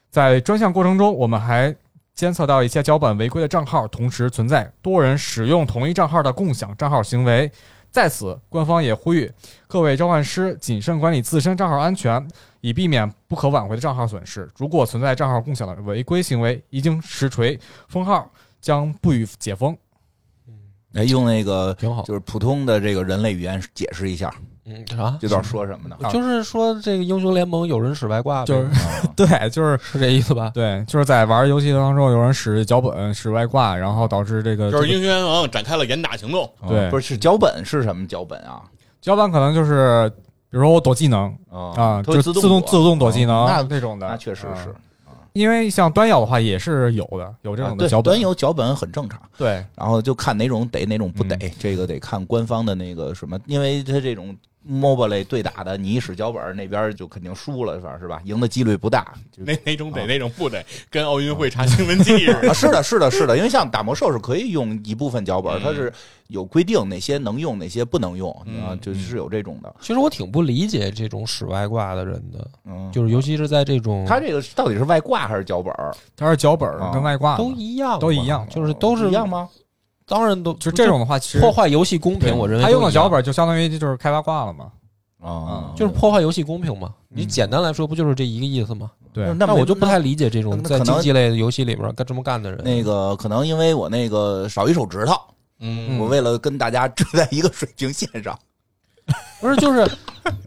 Speaker 1: 在专项过程中，我们还监测到一些脚本违规的账号，同时存在多人使用同一账号的共享账号行为。在此，官方也呼吁各位召唤师谨慎管理自身账号安全，以避免不可挽回的账号损失。如果存在账号共享的违规行为，一经实锤，封号将不予解封。
Speaker 3: 哎，用那个
Speaker 2: 挺好
Speaker 3: 就是普通的这个人类语言解释一下
Speaker 2: 嗯，啥？
Speaker 3: 这段说什么呢？
Speaker 2: 就是说这个英雄联盟有人使外挂呗，
Speaker 1: 就是
Speaker 3: 啊
Speaker 1: 对，就是
Speaker 2: 是这意思吧？
Speaker 1: 对，就是在玩游戏当中，有人使脚本、使外挂，然后导致这个
Speaker 4: 就是英雄联盟展开了严打行动，
Speaker 1: 对
Speaker 3: 啊不是是脚本是什么脚本啊？
Speaker 1: 脚本可能就是，比如说我躲技能啊，
Speaker 3: 它
Speaker 1: 就
Speaker 3: 会
Speaker 1: 自
Speaker 3: 动
Speaker 1: 动
Speaker 3: 自
Speaker 1: 自动躲技能
Speaker 3: 那
Speaker 1: 那种的，
Speaker 3: 那确实
Speaker 1: 嗯
Speaker 3: 是。
Speaker 1: 因为像端药的话也是有的，有这
Speaker 3: 啊
Speaker 1: 种的
Speaker 3: 对
Speaker 1: 脚本。
Speaker 3: 端游脚本很正常，
Speaker 1: 对
Speaker 3: 然后就看哪种得哪种不得，
Speaker 2: 嗯
Speaker 3: 这个得看官方的那个什么，因为它这种 MOBA 类对打的，你一使脚本那边就肯定输了，反正是吧？赢的几率不大。就
Speaker 4: 哪哪种得
Speaker 3: 啊
Speaker 4: 哪种不得，跟奥运会查兴奋剂似的。
Speaker 3: 啊，是的，是的，是的，因为像打魔兽是可以用一部分脚
Speaker 2: 嗯
Speaker 3: 本，它是有规定哪些能用，哪些不能用啊，
Speaker 4: 嗯
Speaker 3: 就是有这种的。
Speaker 2: 其实我挺不理解这种使外挂的人的，
Speaker 3: 嗯，
Speaker 2: 就是尤其是在这种
Speaker 3: 它这个到底是外挂还是脚本儿？
Speaker 1: 它是脚本跟外挂嘛
Speaker 2: 都一样嘛，
Speaker 1: 都一样
Speaker 2: 就是都是
Speaker 3: 一样？吗？
Speaker 2: 当然都
Speaker 1: 就是这种的话，其实
Speaker 2: 破坏游戏公平，我认为
Speaker 1: 他用
Speaker 2: 都
Speaker 1: 的
Speaker 2: 一样
Speaker 1: 脚本就相当于就是开外挂了嘛。
Speaker 3: 啊
Speaker 2: 嗯就是破坏游戏公平嘛。你简单来说，不就是这一个意思吗？
Speaker 1: 对，
Speaker 3: 那
Speaker 2: 那
Speaker 3: 没
Speaker 2: 我就不太理解这
Speaker 3: 那
Speaker 2: 种
Speaker 3: 那
Speaker 2: 在
Speaker 3: 可能
Speaker 2: 竞技类的游戏里边干这么干的人。
Speaker 3: 那个可能因为我那个少一手指头，
Speaker 4: 嗯，
Speaker 3: 我为了跟大家站在一个水平线上，
Speaker 2: 不是，就是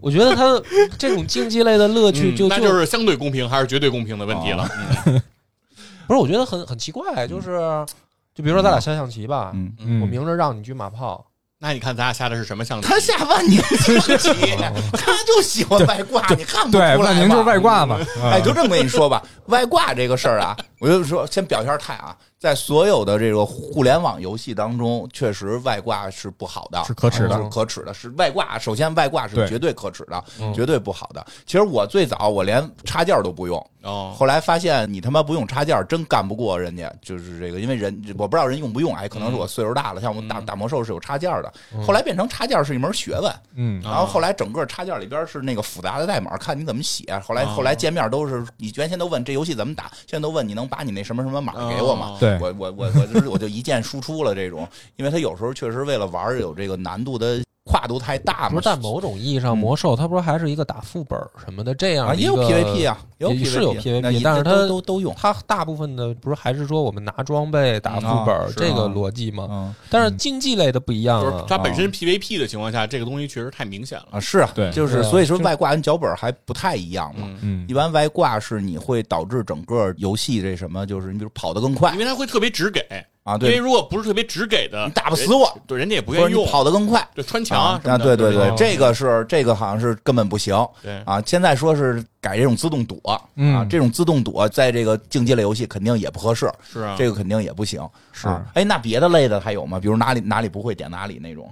Speaker 2: 我觉得他这种竞技类的乐趣就
Speaker 4: 嗯那
Speaker 2: 就
Speaker 4: 就是相对公平还是绝对公平的问题了。
Speaker 3: 哦
Speaker 2: 不是，我觉得很很奇怪，就是就比如说咱俩下象棋吧，
Speaker 3: 嗯，
Speaker 4: 嗯
Speaker 2: 我明着让你去马炮，
Speaker 4: 那你看咱俩下的是什么象棋？
Speaker 3: 他下万年象棋， 他就喜欢外挂，你看不出来
Speaker 1: 对，
Speaker 3: 吗
Speaker 1: 万宁就是外。挂嘛。
Speaker 3: 哎，
Speaker 1: 嗯
Speaker 3: 就这么跟你说吧，外挂这个事儿啊， 我就说先表一下态啊，在所有的这个互联网游戏当中，确实外挂是不好的，
Speaker 1: 是可耻的
Speaker 3: 是可耻的，是外挂。首先，外挂是
Speaker 1: 对
Speaker 3: 绝对可耻的，
Speaker 2: 嗯
Speaker 3: 绝对不好的。其实我最早我连插件都不用，
Speaker 4: 哦，
Speaker 3: 后来发现你他妈不用插件儿真干不过人家，就是这个，因为人我不知道人用不
Speaker 2: 嗯
Speaker 3: 用，哎，可能是我岁数大了，像我们打打魔兽是有插件儿的，后来变成插件儿是一门学问，
Speaker 1: 嗯，
Speaker 3: 然后后来整个插件里边是那个复杂的代码，看你怎么写。后
Speaker 2: 嗯
Speaker 3: 来后来界面都是你原先都问这游戏怎么打，现在都问你能把你那什么什么码给我
Speaker 2: 嗯
Speaker 3: 吗
Speaker 4: 哦？
Speaker 1: 对
Speaker 3: 我我我我就是我就一键输出了这种，因为他有时候确实为了玩儿有这个难度的跨度太大
Speaker 2: 不
Speaker 3: 嘛。
Speaker 2: 是，但某种意义上，
Speaker 3: 嗯
Speaker 2: 魔兽它不是还是一个打副本儿什么的这样
Speaker 3: 啊，
Speaker 2: 的一
Speaker 3: 也有
Speaker 2: 个
Speaker 3: PVP 啊，有
Speaker 2: 也
Speaker 3: PVP，
Speaker 2: 是有
Speaker 3: 那
Speaker 2: PVP，
Speaker 3: 一
Speaker 2: 但是
Speaker 3: 都
Speaker 2: 它
Speaker 3: 都都用。
Speaker 2: 它大部分的不是还是说我们拿装备打副
Speaker 3: 嗯
Speaker 2: 本
Speaker 3: 啊
Speaker 2: 儿
Speaker 3: 是啊
Speaker 2: 这个逻辑吗？
Speaker 3: 嗯
Speaker 2: 但是竞技类的不一样
Speaker 4: 就是
Speaker 2: 啊，
Speaker 4: 它本身 PVP 的情况下，这个东西确实太明显了。
Speaker 3: 啊，是啊，
Speaker 1: 对
Speaker 3: 就是
Speaker 2: 对啊
Speaker 3: 所以说
Speaker 2: 就
Speaker 3: 外挂跟脚本还不太一样嘛。
Speaker 1: 嗯
Speaker 4: 嗯，
Speaker 3: 一，般外挂是你会导致整个游戏这什么，就是你比如跑得更快
Speaker 4: 因为它会特别直给，
Speaker 3: 啊，
Speaker 4: 因为
Speaker 3: 嗯对，
Speaker 4: 如果不是特别直给的，
Speaker 3: 你打不
Speaker 4: 人
Speaker 3: 死，我，
Speaker 4: 对，人家也不
Speaker 3: 或
Speaker 4: 愿
Speaker 3: 者
Speaker 4: 意
Speaker 3: 你
Speaker 4: 用，
Speaker 3: 跑得更快
Speaker 4: 对，穿墙啊什么
Speaker 3: 啊，
Speaker 4: 的，
Speaker 3: 对对
Speaker 4: 对
Speaker 3: 对
Speaker 4: 嗯
Speaker 1: 种，
Speaker 3: 这个是这个好像是根本不行
Speaker 4: 对
Speaker 3: 啊。现在说是改这种自动躲啊
Speaker 1: 嗯，
Speaker 3: 这种自动躲在这个竞技类游戏肯定也不合适，
Speaker 4: 是啊，
Speaker 3: 这个肯定也不行。
Speaker 1: 是
Speaker 3: 啊，哎，那别的类的还有吗？比如哪里哪里不会点哪里那种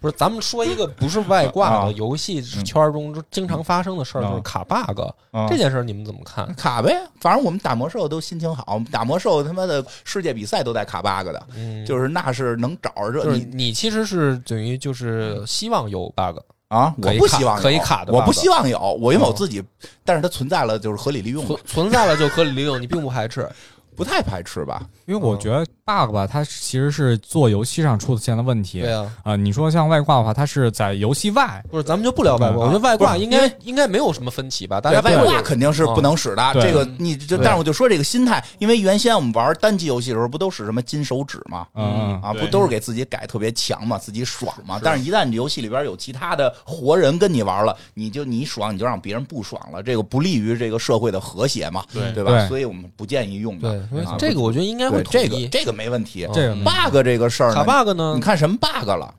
Speaker 2: 不是咱们说一个不是外挂
Speaker 3: 啊
Speaker 2: 的游戏圈儿中经常发生的事儿，
Speaker 1: 嗯
Speaker 2: 就是卡 bug
Speaker 3: 啊嗯
Speaker 2: 这件事儿，你们怎么看？
Speaker 3: 卡呗，反正我们打魔兽都心情好，打魔兽他妈的世界比赛都带卡 bug 的，
Speaker 2: 嗯，
Speaker 3: 就是那是能找着
Speaker 2: 就是
Speaker 3: 你嗯
Speaker 2: 你其实是等于就是希望有 bug，
Speaker 3: 啊，我
Speaker 2: 可以
Speaker 3: 不
Speaker 2: 卡
Speaker 3: 希望有
Speaker 2: 可以卡的
Speaker 3: 我
Speaker 2: bug
Speaker 3: 不希望有，我因为我
Speaker 2: 嗯
Speaker 3: 自己，但是它存在了就是合理利用吧
Speaker 2: 存，存在了就可以利用，你并不 排斥。
Speaker 3: 不太排斥吧？
Speaker 1: 因为我觉得 bug 吧，它其实是做游戏上出现的问题。
Speaker 2: 对啊，
Speaker 1: 啊、你说像外挂的话，它是在游戏外，
Speaker 2: 不是咱们就不聊外挂，我觉得
Speaker 3: 嗯
Speaker 2: 外
Speaker 3: 不
Speaker 2: 挂
Speaker 3: 是
Speaker 2: 应该
Speaker 3: 因
Speaker 2: 应该没有什么分歧吧？大
Speaker 3: 对
Speaker 2: 家
Speaker 3: 外
Speaker 2: 都
Speaker 3: 挂
Speaker 2: 有
Speaker 3: 肯定是不能使的，
Speaker 1: 对
Speaker 3: 这个你就，
Speaker 2: 哎嗯对
Speaker 3: 但是我就说这个心态，因为原先我们玩单机游戏的时候，不都使什么金手指吗？
Speaker 1: 嗯，
Speaker 3: 啊，
Speaker 4: 对
Speaker 3: 不都是给自己改特别强嘛，自己爽嘛。但是，一旦你游戏里边有其他的活人跟你玩了，你就你爽，你就让别人不爽了，这个不利于这个社会的和谐嘛，
Speaker 4: 对
Speaker 3: 对吧？
Speaker 1: 对
Speaker 3: 所以我们不建议用的。
Speaker 2: 对，因为
Speaker 3: 啊
Speaker 2: 这个我觉得应该
Speaker 3: 对
Speaker 2: 会统
Speaker 3: 这
Speaker 2: 一
Speaker 3: 个。这个没问题。
Speaker 1: 这个
Speaker 2: 嗯
Speaker 3: bug 这个事儿
Speaker 2: 卡
Speaker 3: 呢，
Speaker 2: bug 呢
Speaker 3: 你？看什么 bug 了？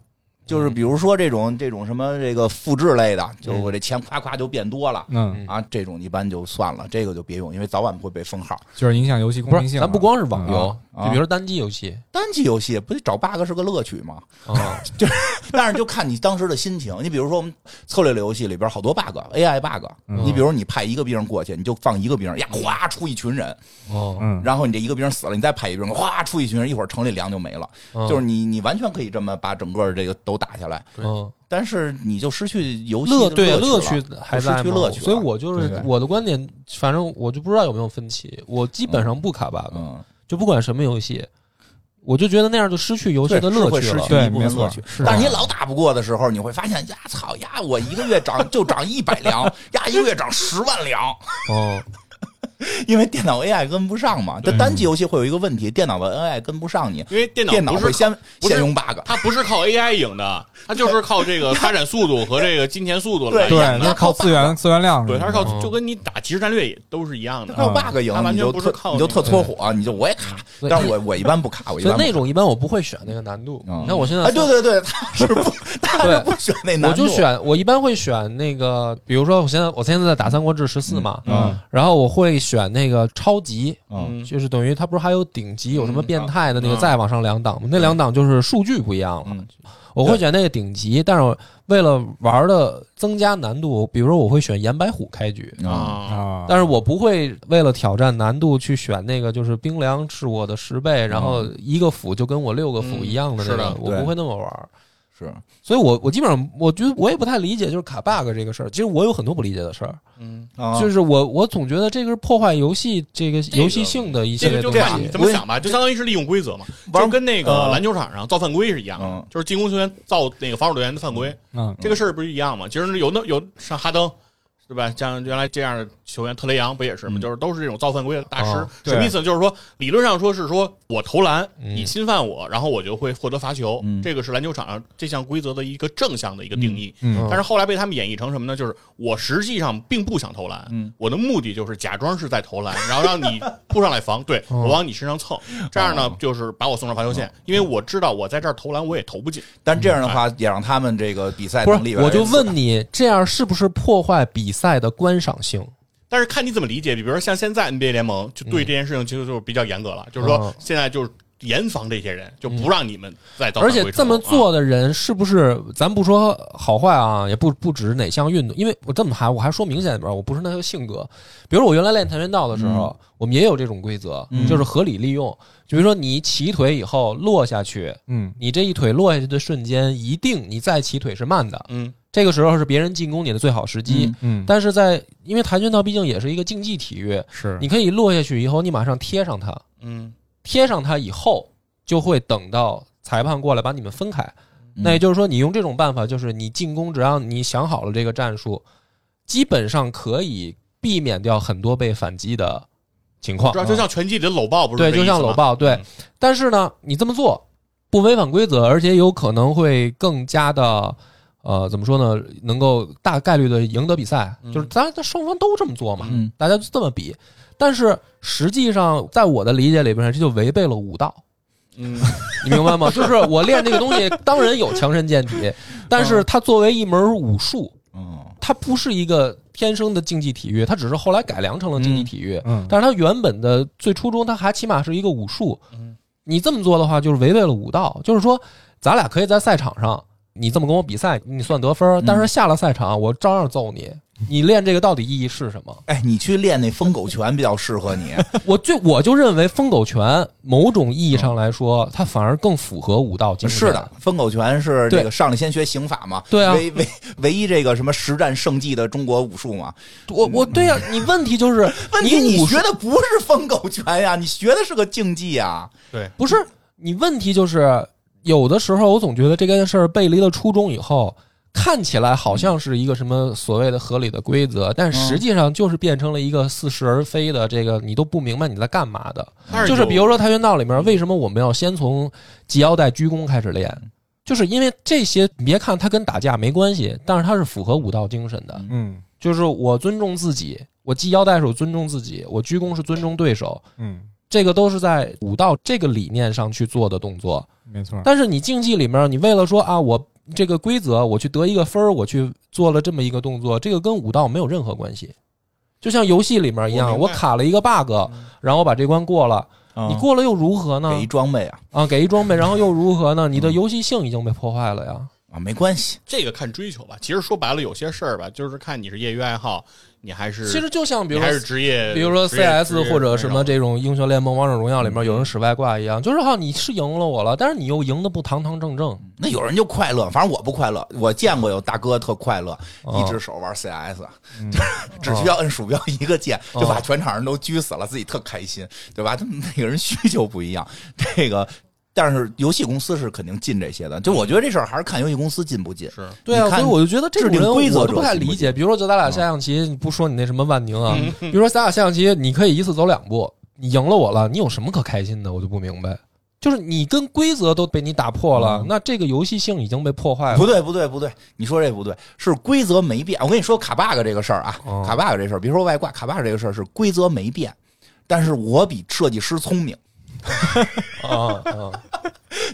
Speaker 3: 就是比如说这种这种什么这个复制类的，
Speaker 2: 嗯
Speaker 3: 就是我这钱夸夸就变多了。
Speaker 1: 嗯，
Speaker 3: 啊，这种一般就算了，这个就别用，因为早晚会被封号。
Speaker 1: 就是影响游戏公
Speaker 2: 不
Speaker 1: 平
Speaker 2: 是，
Speaker 1: 性
Speaker 2: 咱
Speaker 1: 了。
Speaker 2: 不光是网游，
Speaker 3: 啊
Speaker 2: 就比如说单机游戏
Speaker 3: 单机游戏不找 bug 是个乐趣吗？
Speaker 2: 啊，
Speaker 3: 但是就看你当时的心情。你比如说我们策略类游戏里边好多 bug，AI bug。
Speaker 1: 嗯
Speaker 3: 你比如你派一个兵过去，你就放一个兵，呀，
Speaker 2: 嗯
Speaker 3: 哗出一群人，
Speaker 2: 哦，
Speaker 1: 嗯，
Speaker 3: 然后你这一个兵死了，你再派一个兵，哗出一群人，一会儿城里粮就没了。就是你你完全可以这么把整个这个都打下来，
Speaker 2: 嗯，
Speaker 3: 但是你就失去游戏
Speaker 2: 乐
Speaker 3: 的
Speaker 2: 对
Speaker 3: 乐
Speaker 2: 乐
Speaker 3: 趣
Speaker 2: 趣
Speaker 3: 了
Speaker 2: 还
Speaker 3: 失
Speaker 2: 在
Speaker 3: 去
Speaker 2: 吗
Speaker 3: 乐趣了
Speaker 2: 所以我就是
Speaker 1: 对
Speaker 2: 我的观点，反正我就不知道有没有分歧。我基本上不卡 bug，
Speaker 3: 嗯，
Speaker 2: 就不管什么游戏，我就觉得那样就失去游戏
Speaker 3: 对
Speaker 2: 的
Speaker 3: 是
Speaker 2: 乐
Speaker 3: 会
Speaker 2: 趣
Speaker 3: 失
Speaker 2: 了
Speaker 3: 去。
Speaker 1: 对，
Speaker 3: 一部
Speaker 1: 没
Speaker 3: 分
Speaker 1: 错
Speaker 3: 乐趣，
Speaker 1: 是
Speaker 3: 但是
Speaker 1: 的
Speaker 3: 你老打不过的时候，你会发现，呀操呀，我一个月涨就涨一百粮，呀一个月涨十万粮，
Speaker 2: 哦，
Speaker 3: 因为电脑 AI 跟不上嘛。这单机游戏会有一个问题，电脑的 AI 跟不上你，
Speaker 4: 因为电
Speaker 3: 电脑
Speaker 4: 不
Speaker 3: 会
Speaker 4: 是
Speaker 3: 先
Speaker 4: 不是
Speaker 3: 先用 bug。
Speaker 4: 它不是靠 AI 赢的，它就是靠这 个发展速度和这个金钱速度来
Speaker 1: 对，
Speaker 3: 对
Speaker 4: 赢的。
Speaker 1: 那是靠资源资源量
Speaker 4: 对，
Speaker 1: 什么
Speaker 4: 它
Speaker 1: 的，
Speaker 4: 是靠
Speaker 2: 嗯
Speaker 4: 就跟你打即时战略也都是一样的
Speaker 3: 它。有 bug
Speaker 4: 它
Speaker 3: 赢，
Speaker 4: 完
Speaker 3: 你
Speaker 4: 全
Speaker 3: 就
Speaker 4: 不是
Speaker 3: 特
Speaker 4: 靠
Speaker 3: 你就
Speaker 4: 那
Speaker 3: 特
Speaker 4: 个
Speaker 3: 搓火，你就我也卡，
Speaker 2: 对
Speaker 3: 但是我我一般不卡，我一
Speaker 2: 所以
Speaker 3: 般不
Speaker 2: 那种一般我不会选那个难度。
Speaker 3: 嗯
Speaker 2: 你看我现在
Speaker 3: 哎，对对对，他是不，他是
Speaker 2: 对
Speaker 3: 不选那
Speaker 2: 我
Speaker 3: 难度，
Speaker 2: 就选，我一般会选那个，比如说我现在我现在在打《三国志十四》嘛，
Speaker 1: 嗯
Speaker 2: 然后我会选那个超级，
Speaker 3: 嗯
Speaker 4: 嗯
Speaker 2: 就是等于它不是还有顶级，有什么变态的那个
Speaker 4: 嗯
Speaker 2: 再往上两档吗？那两档就是数据不一样了。
Speaker 3: 嗯
Speaker 2: 我会选那个顶级，但是我为了玩的增加难度，比如说我会选岩白虎开局，
Speaker 3: 啊，
Speaker 4: 啊，
Speaker 1: 啊，
Speaker 2: 但是我不会为了挑战难度去选那个就是冰凉是我的十倍，然后一个斧就跟我六个斧一样的那
Speaker 4: 嗯嗯是
Speaker 2: 个，
Speaker 4: 的
Speaker 2: 我
Speaker 3: 对
Speaker 2: 不会那么玩。
Speaker 3: 是
Speaker 2: 所以我我基本上我觉得我也不太理解就是卡 bug 这个事儿，其实我有很多不理解的事儿，
Speaker 4: 嗯，
Speaker 3: 啊
Speaker 2: 就是我我总觉得这个是破坏游戏这个
Speaker 4: 个
Speaker 2: 游戏性的一系
Speaker 4: 这
Speaker 2: 列
Speaker 4: 个就
Speaker 2: 东西。
Speaker 4: 看你怎么想吧，就相当于是利用规则嘛，
Speaker 3: 玩
Speaker 4: 就跟那个
Speaker 3: 嗯
Speaker 4: 篮球场上造犯规是一样的
Speaker 3: 嗯，
Speaker 4: 就是进攻球员造那个防守队员的犯规，
Speaker 1: 嗯
Speaker 4: 这个事儿不是一样吗？其实有那有像哈登。对吧？像原来这样的球员，特雷杨不也是吗？
Speaker 3: 嗯
Speaker 4: 就是都是这种造犯规的大师
Speaker 2: 哦。
Speaker 1: 对
Speaker 4: 什么意思呢？就是说，理论上说是说我投篮，
Speaker 2: 嗯
Speaker 4: 你侵犯我，然后我就会获得罚球。
Speaker 3: 嗯
Speaker 4: 这个是篮球场上这项规则的一个正向的一个定义。
Speaker 1: 嗯
Speaker 2: 嗯
Speaker 4: 但是后来被他们演绎成什么呢？就是我实际上并不想投篮，
Speaker 3: 嗯
Speaker 4: 我的目的就是假装是在投篮，然后让你扑上来防，对
Speaker 2: 哦
Speaker 4: 我往你身上蹭，这样呢
Speaker 3: 哦
Speaker 4: 就是把我送上罚球线，因为我知道我在这儿投篮我也投不进。
Speaker 3: 但这样的话也让他们这个比赛
Speaker 2: 不
Speaker 3: 能力
Speaker 2: 是，我就问你，这样是不是破坏比赛的观赏性？
Speaker 4: 但是看你怎么理解，比如说像现在 NBA 联盟就
Speaker 2: 嗯
Speaker 4: 对这件事情其实就是比较严格了，就是说
Speaker 2: 哦
Speaker 4: 现在就是严防这些人，就不让你们再造
Speaker 2: 嗯
Speaker 4: 犯
Speaker 2: 而
Speaker 4: 规成功。
Speaker 2: 且这么
Speaker 4: 啊，
Speaker 2: 做的人是不是，咱不说好坏啊，也不不指哪项运动，因为我这么还我还说明显一点，我不是那个性格。比如我原来练跆拳道的时候，我们也有这种规则，
Speaker 3: 嗯
Speaker 2: 就是合理利用。就比如说你起腿以后落下去，
Speaker 1: 嗯
Speaker 2: 你这一腿落下去的瞬间，一定你再起腿是慢的，
Speaker 4: 嗯，
Speaker 2: 这个时候是别人进攻你的最好时机。
Speaker 3: 嗯
Speaker 1: 嗯，
Speaker 2: 但是在因为跆拳道毕竟也是一个竞技体育，
Speaker 1: 是
Speaker 2: 你可以落下去以后，你马上贴上它。
Speaker 4: 嗯，
Speaker 2: 贴上它以后，就会等到裁判过来把你们分开。
Speaker 4: 嗯
Speaker 2: 那也就是说，你用这种办法，就是你进攻，只要你想好了这个战术，基本上可以避免掉很多被反击的情况
Speaker 4: 主。要就像拳击里的搂抱，不是
Speaker 2: 对，
Speaker 4: 这
Speaker 2: 就
Speaker 4: 意思吗
Speaker 2: 像搂，抱，对
Speaker 4: 嗯。
Speaker 2: 但是呢，你这么做不违反规则，而且有可能会更加的。呃，怎么说呢？能够大概率的赢得比赛，
Speaker 4: 嗯
Speaker 2: 就是咱咱双方都这么做嘛，
Speaker 3: 嗯
Speaker 2: 大家就这么比。但是实际上，在我的理解里边，这就违背了武道。
Speaker 4: 嗯，
Speaker 2: 你明白吗？就是我练这个东西，当然有强身健体，但是它作为一门武术，
Speaker 3: 嗯
Speaker 2: 它不是一个天生的竞技体育，它只是后来改良成了竞技体育。
Speaker 1: 嗯，
Speaker 2: 但是它原本的最初衷，它还起码是一个武术。
Speaker 3: 嗯
Speaker 2: 你这么做的话，就是违背了武道。就是说，咱俩可以在赛场上，你这么跟我比赛，你算得
Speaker 3: 嗯
Speaker 2: 分，但是下了赛场，我照样揍你。你练这个到底意义是什么？
Speaker 3: 哎，你去练那疯狗拳比较适合你。
Speaker 2: 我就我就认为疯狗拳某种意义上来说，它反而更符合武道精神。
Speaker 3: 是的，疯狗拳是这
Speaker 2: 对
Speaker 3: 个上来先学刑法嘛，
Speaker 2: 对啊
Speaker 3: 唯唯唯一这个什么实战胜绩的中国武术嘛。
Speaker 2: 我我对呀、你问题就是
Speaker 3: 问题你
Speaker 2: 武术
Speaker 3: 学的不是疯狗拳呀，你学的是个竞技呀。
Speaker 4: 对，
Speaker 2: 不是你问题就是有的时候我总觉得这件事儿背离了初衷以后，看起来好像是一个什么所谓的合理的规则，但实际上就是变成了一个似是而非的这个你都不明白你在干嘛的。
Speaker 4: 但是
Speaker 2: 就是
Speaker 4: 有
Speaker 2: 比如说跆拳道里面，为什么我们要先从系腰带、鞠躬开始练？就是因为这些，你别看它跟打架没关系，但是它是符合武道精神的。
Speaker 1: 嗯
Speaker 2: 就是我尊重自己，我系腰带是我尊重自己，我鞠躬是尊重对手，
Speaker 1: 嗯，
Speaker 2: 这个都是在武道这个理念上去做的动作。
Speaker 1: 没错，
Speaker 2: 但是你竞技里面，你为了说啊，我这个规则我去得一个分儿，我去做了这么一个动作，这个跟武道没有任何关系。就像游戏里面一
Speaker 4: 我
Speaker 2: 样，
Speaker 4: 明
Speaker 2: 我
Speaker 4: 白嗯
Speaker 2: 卡了一个 bug，然后我把这关过了，你过了又如何呢
Speaker 3: 嗯给？一装备啊
Speaker 2: 啊，给一装备，然后又如何
Speaker 4: 嗯
Speaker 2: 呢？你的游戏性已经被破坏了呀。
Speaker 3: 啊，没关系。
Speaker 4: 这个看追求吧。其实说白了，有些事儿吧，就是看你是业余爱好，你还是
Speaker 2: 其实就像比
Speaker 4: 你
Speaker 2: 如
Speaker 4: 还
Speaker 2: 说
Speaker 4: 是职业，
Speaker 2: 比如说
Speaker 4: 职业
Speaker 2: CS 或者什么，
Speaker 4: 职业
Speaker 2: 这种英雄联盟、王者荣耀里面有
Speaker 4: 嗯
Speaker 2: 人使外挂一样，就是哈，你是赢了我了，但是你又赢得不堂堂正正，
Speaker 3: 那有人就快乐，反正我不快乐。我见过有大哥特快乐，
Speaker 4: 嗯
Speaker 2: 哦
Speaker 3: 一只手玩 CS，、
Speaker 1: 嗯
Speaker 3: 只需要摁鼠标一个键，
Speaker 2: 哦
Speaker 3: 就把全场人都狙死了，自己特开心，对吧？他们每个人需求不一样，这个。但是游戏公司是肯定进这些的，就我觉得这事儿还是看游戏公司进不进。
Speaker 4: 是
Speaker 2: 对啊，
Speaker 3: 你
Speaker 2: 所
Speaker 3: 看
Speaker 2: 以我就觉得这种
Speaker 3: 制定
Speaker 2: 人
Speaker 3: 规则
Speaker 2: 我都
Speaker 3: 者
Speaker 2: 不太
Speaker 3: 行不
Speaker 2: 理
Speaker 3: 行
Speaker 2: 解。比如说咱俩下象棋，你不说你那什么万宁啊，比如说咱俩下象棋，你可以一次走两步，你赢了我了，你有什么可开心的？我就不明白，就是你跟规则都被你打破了，那这个游戏性已经被破坏
Speaker 3: 不
Speaker 2: 了。
Speaker 3: 对，不对，不对，你说这不对，是规则没变。我跟你说卡 bug 这个事儿啊，
Speaker 2: 哦
Speaker 3: 卡 bug 这事儿，别说外挂，卡 bug 这个事儿是规则没变，但是我比设计师聪明。
Speaker 2: 啊啊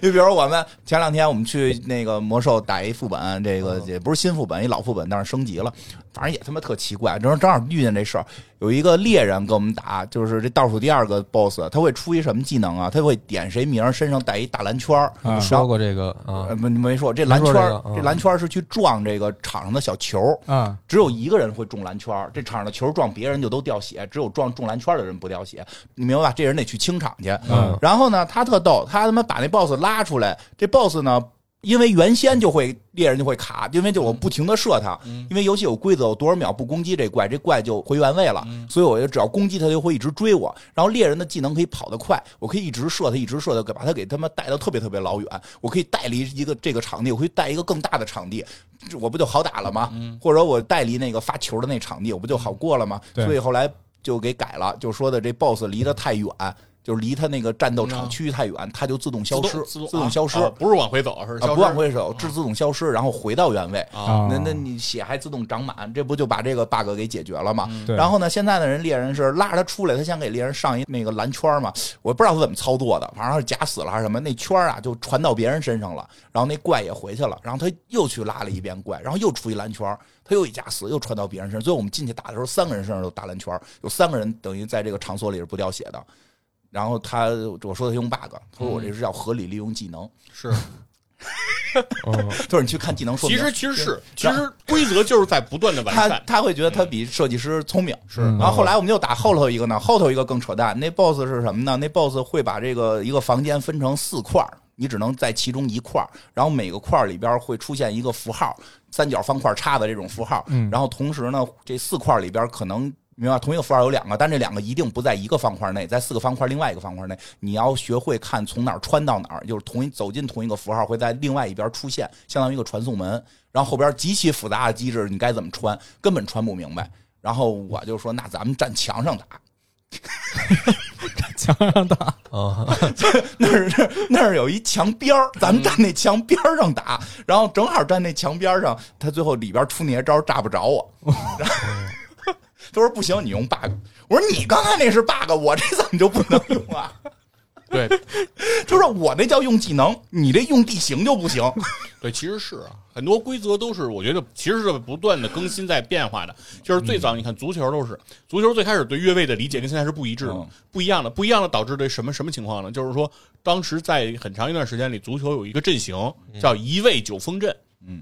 Speaker 3: 就比如我们前两天我们去那个魔兽打一副本，这个
Speaker 2: 哦
Speaker 3: 也不是新副本，一老副本，但是升级了，反正也他妈特奇怪。正正好遇见这事儿，有一个猎人跟我们打，就是这倒数第二个 boss，他会出一什么技能啊？他会点谁名儿，身上带一大蓝圈儿，
Speaker 1: 啊
Speaker 2: 啊！
Speaker 3: 然
Speaker 2: 说
Speaker 3: 后。
Speaker 2: 过这个啊
Speaker 3: 呃，，没没说这蓝圈
Speaker 2: 没说
Speaker 3: 儿
Speaker 2: 这，个嗯
Speaker 3: 这蓝圈儿是去撞这个场上的小球儿，
Speaker 1: 啊，
Speaker 3: 只有一个人会中蓝圈儿，这场上的球撞别人就都掉血，只有撞中蓝圈儿的人不掉血。你明白吧？这人得去清场去。
Speaker 2: 嗯
Speaker 3: 然后呢，他特逗，他他妈把那 boss 拉出来，这 boss 呢。因为原先就会猎人就会卡，因为就我不停的射他，因为游戏有规则，我多少秒不攻击这怪，这怪就回原位了，所以我就只要攻击他就会一直追我。然后猎人的技能可以跑得快，我可以一直射他，一直射他，给把他给他妈带到特别特别老远，我可以带离一个这个场地，我可以带一个更大的场地，这我不就好打了吗？
Speaker 4: 嗯
Speaker 3: 或者我带离那个发球的那场地，我不就好过了吗？
Speaker 1: 对
Speaker 3: 所以后来就给改了，就说的这 BOSS 离得太远，就是离他那个战斗场
Speaker 4: 嗯
Speaker 3: 区域太远，它就自动消
Speaker 4: 自动
Speaker 3: 失，
Speaker 4: 自动
Speaker 3: 动消失，
Speaker 4: 啊啊不是往回走，是
Speaker 3: 啊
Speaker 4: 消失
Speaker 3: 不往回手，自自动消失，然后回到原位。
Speaker 4: 啊，
Speaker 1: 啊
Speaker 3: 那那你血还自动长满，这不就把这个 bug 给解决了吗？
Speaker 1: 对
Speaker 3: 然后呢，现在的人猎人是拉着他出来，他先给猎人上一那个蓝圈儿嘛，我不知道他怎么操作的，反正是假死了还是什么，那圈儿啊就传到别人身上了，然后那怪也回去了，然后他又去拉了一遍怪，然后又出一蓝圈儿，他又一假死，又传到别人身上，最后我们进去打的时候，三个人身上都打蓝圈儿，有三个人等于在这个场所里是不掉血的。然后他我说他用 bug，他说我这是叫合理利用技能，
Speaker 4: 是
Speaker 1: 哦
Speaker 2: 嗯，
Speaker 3: 他说你去看技能说
Speaker 4: 其
Speaker 3: 明，
Speaker 4: 实其实是，其
Speaker 3: 然后
Speaker 4: 实规则就是在不断的完
Speaker 3: 他
Speaker 4: 善。嗯
Speaker 3: 他会觉得他比设计师聪明，
Speaker 4: 是
Speaker 1: 嗯
Speaker 3: 然后后来我们又打后头一个呢，后头一个更扯淡。那 boss 是什么呢？那 boss 会把这个一个房间分成四块儿，你只能在其中一块儿，然后每个块儿里边会出现一个符号，三角、方块、叉的这种符号。
Speaker 1: 嗯
Speaker 3: 然后同时呢，这四块儿里边可能。明白吧？同一个符号有两个，但这两个一定不在一个方块内，在四个方块另外一个方块内。你要学会看从哪儿穿到哪儿，就是同一走进同一个符号会在另外一边出现，相当于一个传送门。然后后边极其复杂的机制，你该怎么穿根本穿不明白。然后我就说，那咱们站墙上打，
Speaker 1: 墙上打，
Speaker 2: 啊，
Speaker 3: 那儿那儿那儿有一墙边儿，咱们站那墙边儿上打，然后正好站那墙边儿上，他最后里边出那些招儿炸不着 我。然后他说不行，你用 bug。我说你刚才那是 bug，我这怎么就不能用啊？
Speaker 4: 对
Speaker 3: 他说我这叫用技能，你这用地形就不行。
Speaker 4: 对，其实是啊，很多规则都是我觉得其实是不断的更新在变化的。就是
Speaker 2: 嗯
Speaker 4: 最早你看足球都是，足球最开始对越位的理解跟现在是不一致的
Speaker 3: 嗯，
Speaker 4: 不一样的，不一样的导致对什么什么情况呢？就是说当时在很长一段时间里，足球有一个阵型
Speaker 2: 嗯
Speaker 4: 叫一位九峰阵。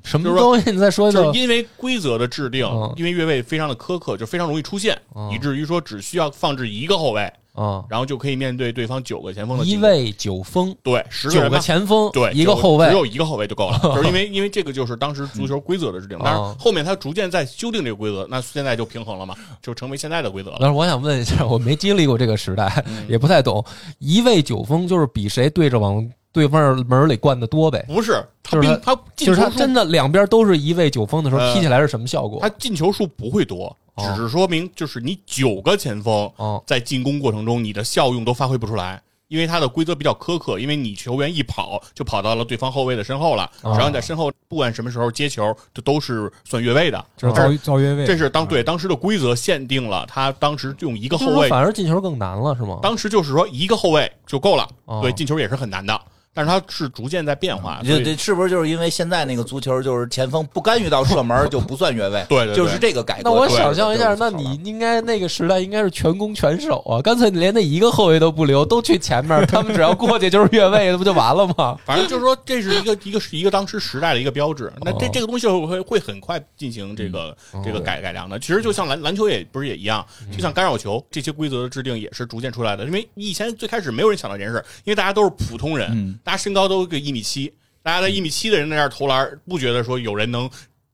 Speaker 2: 什么东西？你再说一
Speaker 4: 就
Speaker 2: 遍
Speaker 4: 是。因为规则的制定
Speaker 2: 嗯，
Speaker 4: 因为越位非常的苛刻，就非常容易出现，
Speaker 2: 嗯
Speaker 4: 以至于说只需要放置一个后卫，
Speaker 2: 啊，
Speaker 4: 然后就可以面对对方九个前锋的
Speaker 2: 一
Speaker 4: 进攻
Speaker 2: 位九锋，
Speaker 4: 对十
Speaker 2: 九
Speaker 4: 人
Speaker 2: 个
Speaker 4: 吧
Speaker 2: 前锋，
Speaker 4: 对
Speaker 2: 一个
Speaker 4: 九
Speaker 2: 后卫
Speaker 4: 只，有一个后卫就 够了，就是因为因为这个就是当时足球规则的制定，但是
Speaker 2: 哦
Speaker 4: 后面他逐渐在修订这个规则，那现在就平衡了嘛，就成为现在的规则了。
Speaker 2: 但是我想问一下，我没经历过这个时代，也不太懂。一位九锋就是比谁对着往对方门里灌的多呗，
Speaker 4: 不是他
Speaker 2: 就是
Speaker 4: 并他进
Speaker 2: 就是
Speaker 4: 球
Speaker 2: 他
Speaker 4: 数
Speaker 2: 真的两边都是一位九锋的时候，
Speaker 4: 呃
Speaker 2: 踢起来是什么效果
Speaker 4: 他？进球数不会多，
Speaker 2: 哦
Speaker 4: 只是说明就是你九个前锋
Speaker 2: 哦
Speaker 4: 在进攻过程中你的效用都发挥不出来。因为他的规则比较苛刻，因为你球员一跑就跑到了对方后卫的身后了，
Speaker 2: 哦
Speaker 4: 只要你在身后，不管什么时候接球，这都是算越位的。
Speaker 1: 就是
Speaker 4: 但
Speaker 1: 造
Speaker 4: 是
Speaker 1: 造越位，
Speaker 4: 这是当
Speaker 2: 嗯
Speaker 4: 对当时的规则限定了，他当时用一个
Speaker 2: 就是
Speaker 4: 后
Speaker 2: 说
Speaker 4: 卫
Speaker 2: 反而进球更难了，是
Speaker 3: 啊
Speaker 2: 吗？
Speaker 4: 当时就是说一个后卫就够了，
Speaker 2: 哦
Speaker 4: 对，进球也是很难的，但是它是逐渐在变化，所
Speaker 3: 就
Speaker 4: 以
Speaker 3: 这是不是就是因为现在那个足球就是前锋不干预到射门就不算越位？
Speaker 4: 对对对
Speaker 3: 就是这个改革。
Speaker 2: 那我
Speaker 3: 对
Speaker 2: 想象一下，
Speaker 3: 就是
Speaker 2: 那你应该那个时代应该是全攻全守啊！干脆你连那一个后卫都不留，都去前面，他们只要过去就是越位，那不就完了吗？
Speaker 4: 反正就是说这是一个一个一个当时时代的一个 标志。那这
Speaker 2: 哦
Speaker 4: 这个东西会会很快进行这个
Speaker 3: 嗯
Speaker 4: 这
Speaker 3: 哦
Speaker 4: 个改改良的。其实就像篮篮球也不是也一样，就像干扰球这些规则的制定也是逐渐出来的。因为以前最开始没有人想到这件事，因为大家都是普通人
Speaker 3: 嗯，
Speaker 4: 大家身高都个一米七，大家在一米七的人在那儿投篮，不觉得说有人能。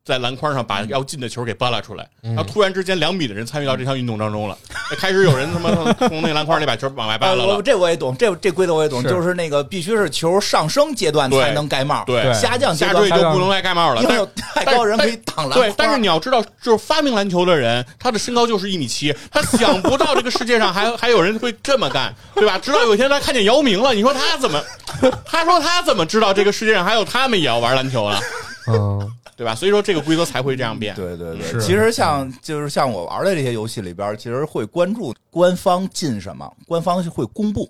Speaker 4: 在篮筐上把要进的球给扒拉出来，
Speaker 3: 嗯
Speaker 4: 然后突然之间两米的人参与到这项运动当 中了，开始有人他妈从那篮筐里把球往外扒拉
Speaker 3: 啊我
Speaker 4: 了，
Speaker 3: 这我也懂，这这规则我也懂，
Speaker 1: 是
Speaker 3: 就是那个必须是球上升阶段
Speaker 4: 对
Speaker 3: 才能盖帽，
Speaker 4: 对
Speaker 3: 下降阶
Speaker 4: 下
Speaker 3: 段
Speaker 4: 坠
Speaker 3: 才
Speaker 4: 就
Speaker 1: 让
Speaker 4: 不能再盖帽了。
Speaker 3: 因
Speaker 4: 但
Speaker 3: 为
Speaker 4: 是
Speaker 3: 有太高人可以挡篮筐
Speaker 4: 对，但是你要知道，就是发明篮球的人，他的身高就是一米七，他想不到这个世界上还 还有人会这么干，对吧？直到有一天他看见姚明了，你说他怎么？他说他怎么知道这个世界上还有他们也要玩篮球了，
Speaker 1: 哦
Speaker 2: 嗯，
Speaker 4: 对吧？所以说这个规则才会这样变。
Speaker 3: 对对
Speaker 1: 是
Speaker 3: 对，其实像就是像我玩的这些游戏里边，其实会关注官方进什么，官方会公布。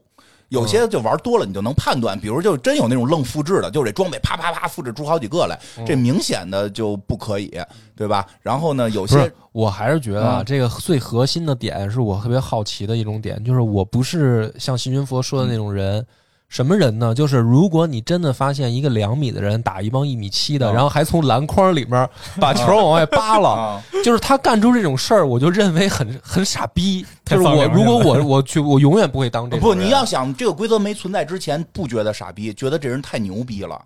Speaker 3: 有
Speaker 4: 嗯
Speaker 3: 些就玩多了，你就能判断，比如就真有那种愣复制的，就是这装备啪啪啪复制出好几个来，
Speaker 4: 嗯
Speaker 3: 这明显的就不可以，对吧？然后呢，有
Speaker 2: 不
Speaker 3: 些
Speaker 2: 是，我还是觉得啊，
Speaker 3: 嗯
Speaker 2: 这个最核心的点是我特别好奇的一种点，就是我不是像邢云佛说的那
Speaker 3: 嗯
Speaker 2: 种人。什么人呢？就是如果你真的发现一个两米的人打一帮一米七的，
Speaker 3: 嗯
Speaker 2: 然后还从篮筐里 面把球往外扒了，
Speaker 3: 啊，
Speaker 2: 就是他干出这种事儿，我就认为很很傻逼。
Speaker 1: 太
Speaker 2: 就是
Speaker 1: 丧
Speaker 2: 我
Speaker 1: 良心
Speaker 2: 如果
Speaker 1: 了
Speaker 2: 我我去，我永远不会当这种
Speaker 3: 不，
Speaker 2: 人。
Speaker 3: 你要想这个规则没存在之前，不觉得傻逼，觉得这人太牛逼了。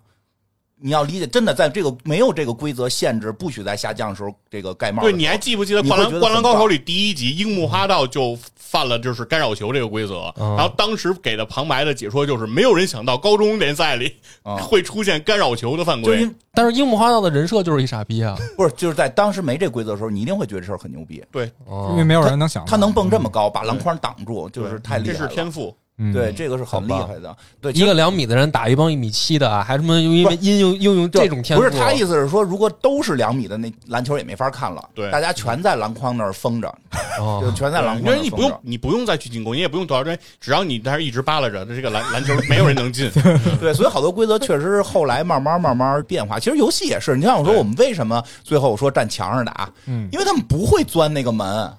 Speaker 3: 你要理解，真的在这个没有这个规则限制，不许在下降的时候这个盖帽的
Speaker 4: 对，
Speaker 3: 时候。
Speaker 4: 你还记不记得《
Speaker 3: 你
Speaker 4: 灌
Speaker 3: 会
Speaker 4: 篮
Speaker 3: 觉得
Speaker 4: 灌篮
Speaker 3: 很
Speaker 4: 高
Speaker 3: 棒
Speaker 4: 手》里第一集，樱木花道就犯了就是干扰球这个规则，
Speaker 2: 嗯
Speaker 4: 然后当时给的旁白的解说就是没有人想到高中联赛里
Speaker 3: 嗯
Speaker 4: 会出现干扰球的犯
Speaker 3: 就是
Speaker 4: 规
Speaker 3: 因。
Speaker 2: 但是樱木花道的人设就是一傻 逼啊！
Speaker 3: 不是就是在当时没这规则的时候，你一定会觉得这事儿很牛逼。
Speaker 4: 对，
Speaker 2: 哦
Speaker 1: 因为没有人能想到
Speaker 3: 他能蹦这么高，把篮筐挡住，就是
Speaker 4: 对
Speaker 3: 太厉
Speaker 4: 这
Speaker 3: 害
Speaker 4: 是
Speaker 3: 了。
Speaker 4: 天赋。
Speaker 1: 嗯
Speaker 3: 对，这个是很厉害的。对，
Speaker 2: 一个两米的人打一帮一米七的啊，还什么因为应用应用
Speaker 3: 对
Speaker 2: 这种天赋？
Speaker 3: 不是他意思是说，如果都是两米的，那篮球也没法看了。
Speaker 4: 对
Speaker 3: 大家全在篮筐那儿封着，
Speaker 2: 哦
Speaker 3: 就全在篮
Speaker 4: 因
Speaker 3: 筐那
Speaker 4: 为
Speaker 3: 儿
Speaker 4: 你
Speaker 3: 封
Speaker 4: 不用
Speaker 3: 着。
Speaker 4: 你不用再去进攻，你也不用多少针，只要你在那儿一直扒拉着，这个篮篮球没有人能进。
Speaker 3: 对，所以好多规则确实是后来慢慢慢慢变化。其实游戏也是，你像我说，
Speaker 4: 对
Speaker 3: 我们为什么最后我说站墙上打，
Speaker 1: 嗯
Speaker 3: 因为他们不会钻那个门，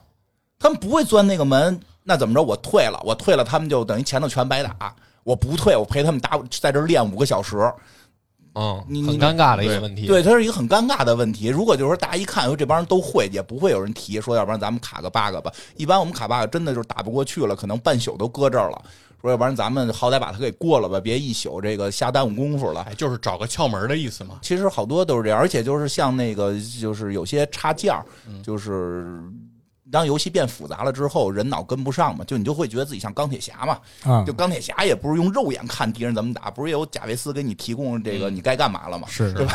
Speaker 3: 他们不会钻那个门，那怎么着？我退了，我退了，他们就等于前头全白打。我不退，我陪他们打，在这儿练五个小时。
Speaker 2: 嗯，
Speaker 3: 你
Speaker 2: 很尴尬的一个问题。
Speaker 3: 对，它是一个很尴尬的问题。如果就是说大家一看，哎说这帮人都会，也不会有人提说，要不然咱们卡个 bug 吧。一般我们卡 bug 真的就是打不过去了，可能半宿都搁这儿了。说要不然咱们好歹把它给过了吧，别一宿这个瞎耽误功夫了。
Speaker 4: 哎，就是找个窍门的意思嘛。
Speaker 3: 其实好多都是这样，而且就是像那个，就是有些插件儿，就是当游戏变复杂了之后，人脑跟不上嘛，就你就会觉得自己像钢铁侠嘛。
Speaker 1: 啊
Speaker 3: 就，钢铁侠也不是用肉眼看敌人怎么打，不是也有贾维斯给你提供这个你该干嘛了吗？
Speaker 1: 是
Speaker 3: 对吧？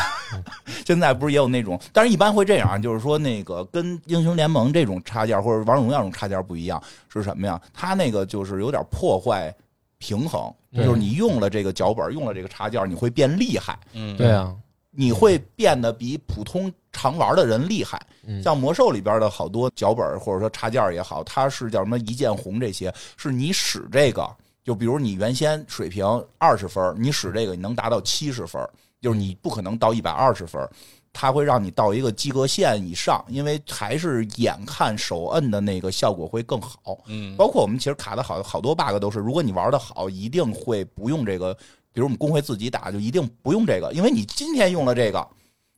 Speaker 3: 现在不是也有那种，但是一般会这样，啊就是说那个跟英雄联盟这种插件或者王者荣耀这种插件不一样，是什么呀？它那个就是有点破坏平衡，
Speaker 2: 对
Speaker 3: 就是你用了这个脚本，用了这个插件，你会变厉害，
Speaker 4: 嗯，
Speaker 2: 对啊，
Speaker 3: 你会变得比普通常玩的人厉害。
Speaker 2: 嗯
Speaker 3: 像魔兽里边的好多脚本或者说插件也好，它是叫什么一剑红这些，是你使这个，就比如你原先水平二十分，你使这个你能达到七十分，就是你不可能到一百二十分。它会让你到一个及格线以上，因为还是眼看手摁的那个效果会更好。
Speaker 4: 嗯，
Speaker 3: 包括我们其实卡的好好多 bug 都是，如果你玩的好，一定会不用这个，比如我们工会自己打，就一定不用这个，因为你今天用了这个，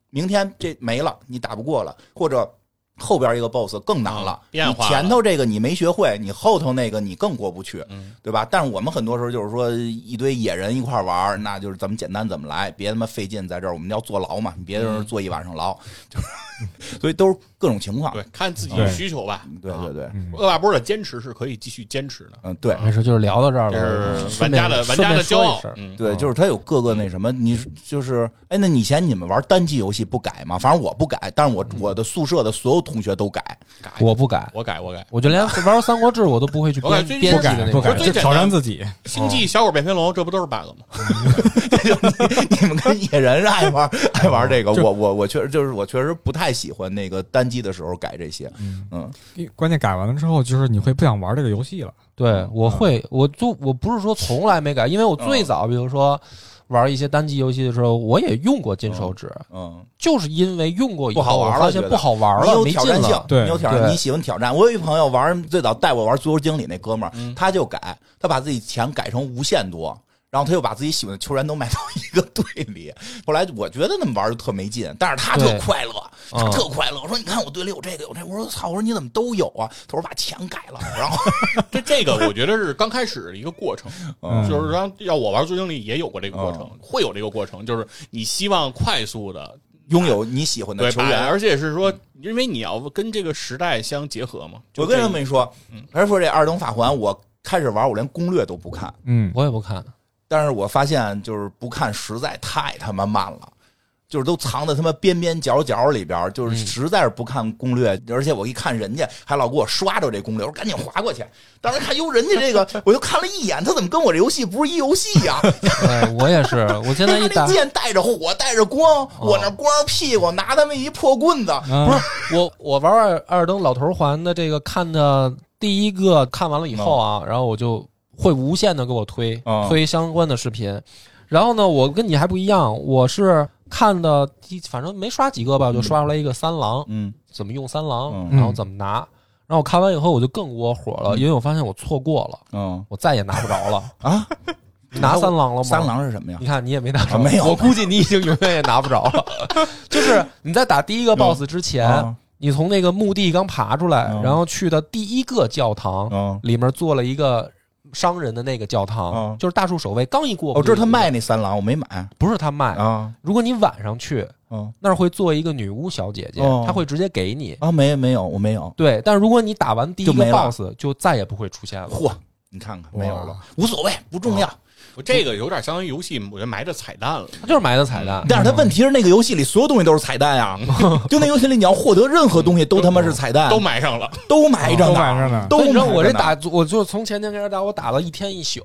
Speaker 3: 明天这没了，你打不过了，或者。后边一个 boss 更难了
Speaker 4: 啊，变化
Speaker 3: 你前头这个你没学会，你后头那个你更过不去，
Speaker 4: 嗯
Speaker 3: 对吧？但是我们很多时候就是说一堆野人一块玩，那就是怎么简单怎么来，别他妈费劲在这儿，我们要坐牢嘛，你别在这儿
Speaker 4: 嗯
Speaker 3: 坐一晚上牢，就是 所以都是各种情况，
Speaker 4: 对，看自己
Speaker 1: 对
Speaker 4: 的需求吧。啊
Speaker 3: 对对对，
Speaker 1: 嗯
Speaker 4: 厄瓦波尔的坚持是可以继续坚持的，
Speaker 3: 嗯对，
Speaker 2: 没事，就是聊到这儿了。
Speaker 4: 这是
Speaker 2: 呃顺便
Speaker 4: 玩家的玩家的骄
Speaker 2: 顺便说一
Speaker 4: 傲
Speaker 2: 声。
Speaker 4: 嗯，
Speaker 3: 对，就是它有各个那什么，你就是哎，那以前你们玩单机游戏不改吗？反正我不改，但是我我的宿舍的所有同学都改。
Speaker 4: 改
Speaker 2: 我不改，
Speaker 4: 我改我 改，
Speaker 2: 我就连玩《三国志》我都不会去
Speaker 4: 我改
Speaker 2: 编
Speaker 4: 最
Speaker 2: 编
Speaker 1: 不
Speaker 2: 辑的
Speaker 4: 近
Speaker 1: 改不
Speaker 2: 那种。
Speaker 1: 改，
Speaker 4: 最
Speaker 1: 就
Speaker 4: 简单
Speaker 1: 挑战自己。
Speaker 4: 星际小狗变天龙，这不都是 bug 吗？
Speaker 3: 你们跟野人是爱玩爱玩这个，
Speaker 1: 就
Speaker 3: 我我我确实就是我确实不太喜欢那个单机的时候改这些。嗯，
Speaker 1: 关键改完了之后，就是你会不想玩这个游戏了。
Speaker 3: 嗯
Speaker 2: 对，我会，我就我不是说从来没改，因为我最早比如说玩一些单机游戏的时候，我也用过金手指，
Speaker 3: 嗯，
Speaker 2: 就是因为用过以后
Speaker 3: 不好玩了
Speaker 2: 我发现
Speaker 3: 觉得
Speaker 2: 不好玩
Speaker 3: 你
Speaker 2: 了，
Speaker 3: 有
Speaker 2: 没
Speaker 3: 挑
Speaker 2: 劲
Speaker 3: 战性
Speaker 2: 了，。
Speaker 1: 对
Speaker 3: 你有挑战，
Speaker 2: 对
Speaker 3: 你喜欢挑战。我有一朋友玩，最早带我玩《足球经理》那哥们儿，
Speaker 4: 嗯
Speaker 3: 他就改，他把自己钱改成无限多，然后他又把自己喜欢的球员都买到一个队里。后来我觉得那么玩就特没劲，但是他特
Speaker 2: 对
Speaker 3: 快乐。
Speaker 2: 嗯
Speaker 3: 特快乐。我说你看我队里有这个有这个，我说操，我说你怎么都有啊？他说把钱改了，然 后
Speaker 4: 这这个我觉得是刚开始的一个过程，
Speaker 1: 嗯
Speaker 4: 就是让要我玩《最经理》也有过这个过程，会有这个过程，就是你希望快速的
Speaker 3: 拥有你喜欢的
Speaker 4: 对
Speaker 3: 球
Speaker 4: 把
Speaker 3: 员。
Speaker 4: 而且是说，因为你要跟这个时代相结合嘛。就
Speaker 3: 我跟
Speaker 4: 这
Speaker 3: 他们说，
Speaker 2: 嗯
Speaker 3: 还是说这二等法环，我开始玩我连攻略都不看，
Speaker 1: 嗯，
Speaker 2: 我也不看，
Speaker 3: 但是我发现就是不看实在太他妈慢了。就是都藏在他妈边边角角里边，就是实在是不看攻略，而且我一看人家还老给我刷着这攻略，我说赶紧划过去。当时看哟，人家这个 我就看了一眼，他怎么跟我这游戏不是一游戏 呀、
Speaker 2: 对我也是，我现在一
Speaker 3: 那哦
Speaker 2: 打。
Speaker 3: 剑带着火，带着光，我那光屁股拿他们一破棍子，
Speaker 1: 不是
Speaker 2: 我我玩二二登老头环的这个看的第一个看完了以后
Speaker 3: 哦
Speaker 2: 啊，然后我就会无限的给我推、
Speaker 3: 嗯
Speaker 2: 推相关的视频，然后呢，我跟你还不一样，我是看的第反正没刷几个吧，我就刷出来一个三郎、
Speaker 3: 嗯
Speaker 2: 怎么用三郎，
Speaker 3: 嗯
Speaker 2: 然后怎么拿，然后我看完以后我就更窝火了，因为我发现我错过了，
Speaker 3: 嗯
Speaker 2: 我再也拿不着了
Speaker 3: 啊，
Speaker 2: 拿三郎了吗？
Speaker 3: 三郎是什么呀
Speaker 2: 你？看你也没拿着，
Speaker 3: 啊没有
Speaker 2: 我估计你已经永远也拿不着了。 就是你在打第一个 boss 之前，
Speaker 3: 啊
Speaker 2: 你从那个墓地刚爬出来，
Speaker 3: 嗯
Speaker 2: 然后去的第一个教堂、
Speaker 3: 嗯，
Speaker 2: 里面做了一个商人的那个教堂，
Speaker 3: 嗯
Speaker 2: 就是大树守卫刚一过，
Speaker 3: 哦，这是他，卖那三郎，我没买
Speaker 2: 不是他卖。
Speaker 3: 啊，
Speaker 2: 如果你晚上去
Speaker 3: 嗯
Speaker 2: 那儿会做一个女巫小姐姐，
Speaker 3: 哦
Speaker 2: 她会直接给你。
Speaker 3: 啊，没没有，我没有，
Speaker 2: 对，但如果你打完第一
Speaker 3: 就没
Speaker 2: 个
Speaker 3: 了嗯
Speaker 2: boss，就再也不会出现了。
Speaker 3: 嚯，你看看
Speaker 1: 哇
Speaker 3: 没有了，无所谓，不重要。
Speaker 4: 我这个有点相当于游戏，我觉得埋着彩蛋了。
Speaker 2: 它就是埋的彩蛋。
Speaker 3: 但是他问题是那个游戏里所有东西都是彩蛋呀，就那游戏里你要获得任何东西都他妈是彩蛋，
Speaker 4: 都埋上了，
Speaker 3: 都埋着
Speaker 1: 都
Speaker 3: 呢，
Speaker 1: 埋着呢
Speaker 3: 都
Speaker 2: 你知道
Speaker 3: 埋着
Speaker 2: 我这
Speaker 3: 呢
Speaker 2: 打，我就从前天开始打，我打了一天一宿，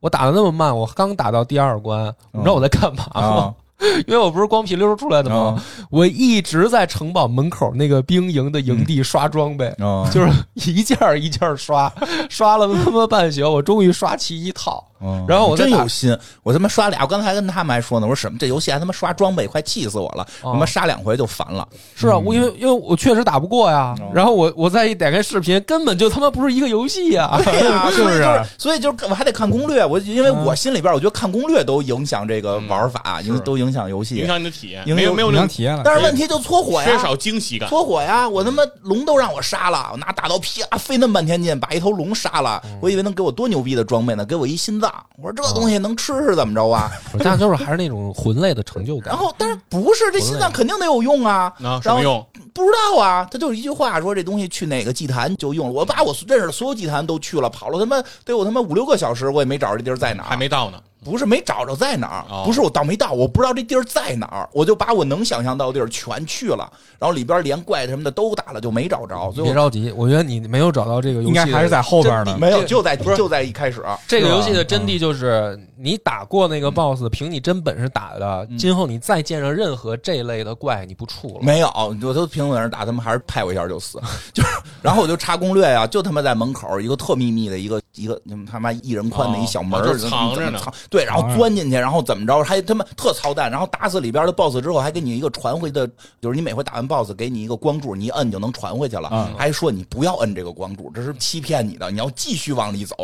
Speaker 2: 我打的那么慢，我刚打到第二关，你知道我在干嘛吗
Speaker 3: 嗯啊？ 嗯
Speaker 2: 因为我不是光皮溜出来的吗？我一直在城堡门口那个兵营的营地刷装备，
Speaker 3: 啊，
Speaker 2: 就是一件儿一件儿刷， 刷了他妈半宿，我终于刷齐一套。
Speaker 3: 嗯
Speaker 2: 然后我再
Speaker 3: 真
Speaker 2: 打
Speaker 3: 有心，我他妈刷俩，我刚才跟他们还说呢，我说什么这游戏还他妈刷装备，快气死我了！
Speaker 2: 哦
Speaker 3: 他妈刷两回就烦了。
Speaker 2: 是啊，我因为因为我确实打不过呀
Speaker 3: 哦，
Speaker 2: 然后我我再一点开视频，根本就他妈不是一个游戏哎 呀。
Speaker 3: 对哎呀、
Speaker 1: 是不是
Speaker 3: 所以就是所以就是我还得看攻略，我因为我心里边我觉得看攻略都影响这个玩法，影、
Speaker 4: 嗯是
Speaker 3: 都影响游
Speaker 4: 影
Speaker 3: 戏。
Speaker 4: 响你的体验，
Speaker 3: 影响
Speaker 4: 没有没有
Speaker 1: 你
Speaker 4: 那
Speaker 1: 能
Speaker 4: 种
Speaker 1: 体验了，
Speaker 3: 但是问题就搓火
Speaker 4: 缺
Speaker 3: 呀，
Speaker 4: 少惊喜感。
Speaker 3: 搓火呀！我他妈龙都让我杀啊
Speaker 4: 嗯
Speaker 3: 了，我拿大刀啪费那么半天劲把一头龙杀了，我以为能给我多牛逼的装备呢，给我一心脏的。我说这东
Speaker 4: 嗯
Speaker 3: 西能吃是怎么着 啊？
Speaker 2: 不是但就是还是那种魂类的成就感
Speaker 3: 然。后但是不是这心脏肯定得有用啊？
Speaker 4: 啊，什
Speaker 3: 然后
Speaker 4: 么用？
Speaker 3: 不知道啊，他就是一句话说这东西去哪个祭坛就用了。我把我认识的所有祭坛都去了，跑了他妈得有他妈五六个小时，我也没找着这地儿在哪儿。
Speaker 4: 还没到呢。
Speaker 3: 不是没找着在哪儿，
Speaker 4: 哦
Speaker 3: 不是我到没到，我不知道这地儿在哪儿，我就把我能想象到的地儿全去了，然后里边连怪什么的都打了，就没找着。最后
Speaker 2: 别着急，我觉得你没有找到这个游戏
Speaker 1: 应
Speaker 2: 的，
Speaker 1: 该还是在后边呢。
Speaker 3: 没有，
Speaker 2: 这
Speaker 3: 就在
Speaker 2: 不是
Speaker 3: 就在一开始，
Speaker 2: 这个游戏的真谛就是，你打过那个 BOSS，凭你真本事打的，今后你再见上任何这类的怪，你不怵了。
Speaker 3: 没有，我都平稳着打，他们还是拍我一下就死， 就是，然后我就查攻略呀、就他妈在门口一个特秘密的一个一个嗯他妈一人宽的一小门儿，
Speaker 4: 哦哦就藏着呢
Speaker 3: 怎么藏对，然后钻进去，然后怎么着，还他妈特操蛋，然后打死里边的 BOSS 之后，还给你一个传回的，就是你每回打完 BOSS 给你一个光柱，你一摁就能传回去了，
Speaker 1: 嗯
Speaker 3: 还说你不要摁这个光柱，这是欺骗你的，你要继续往里走，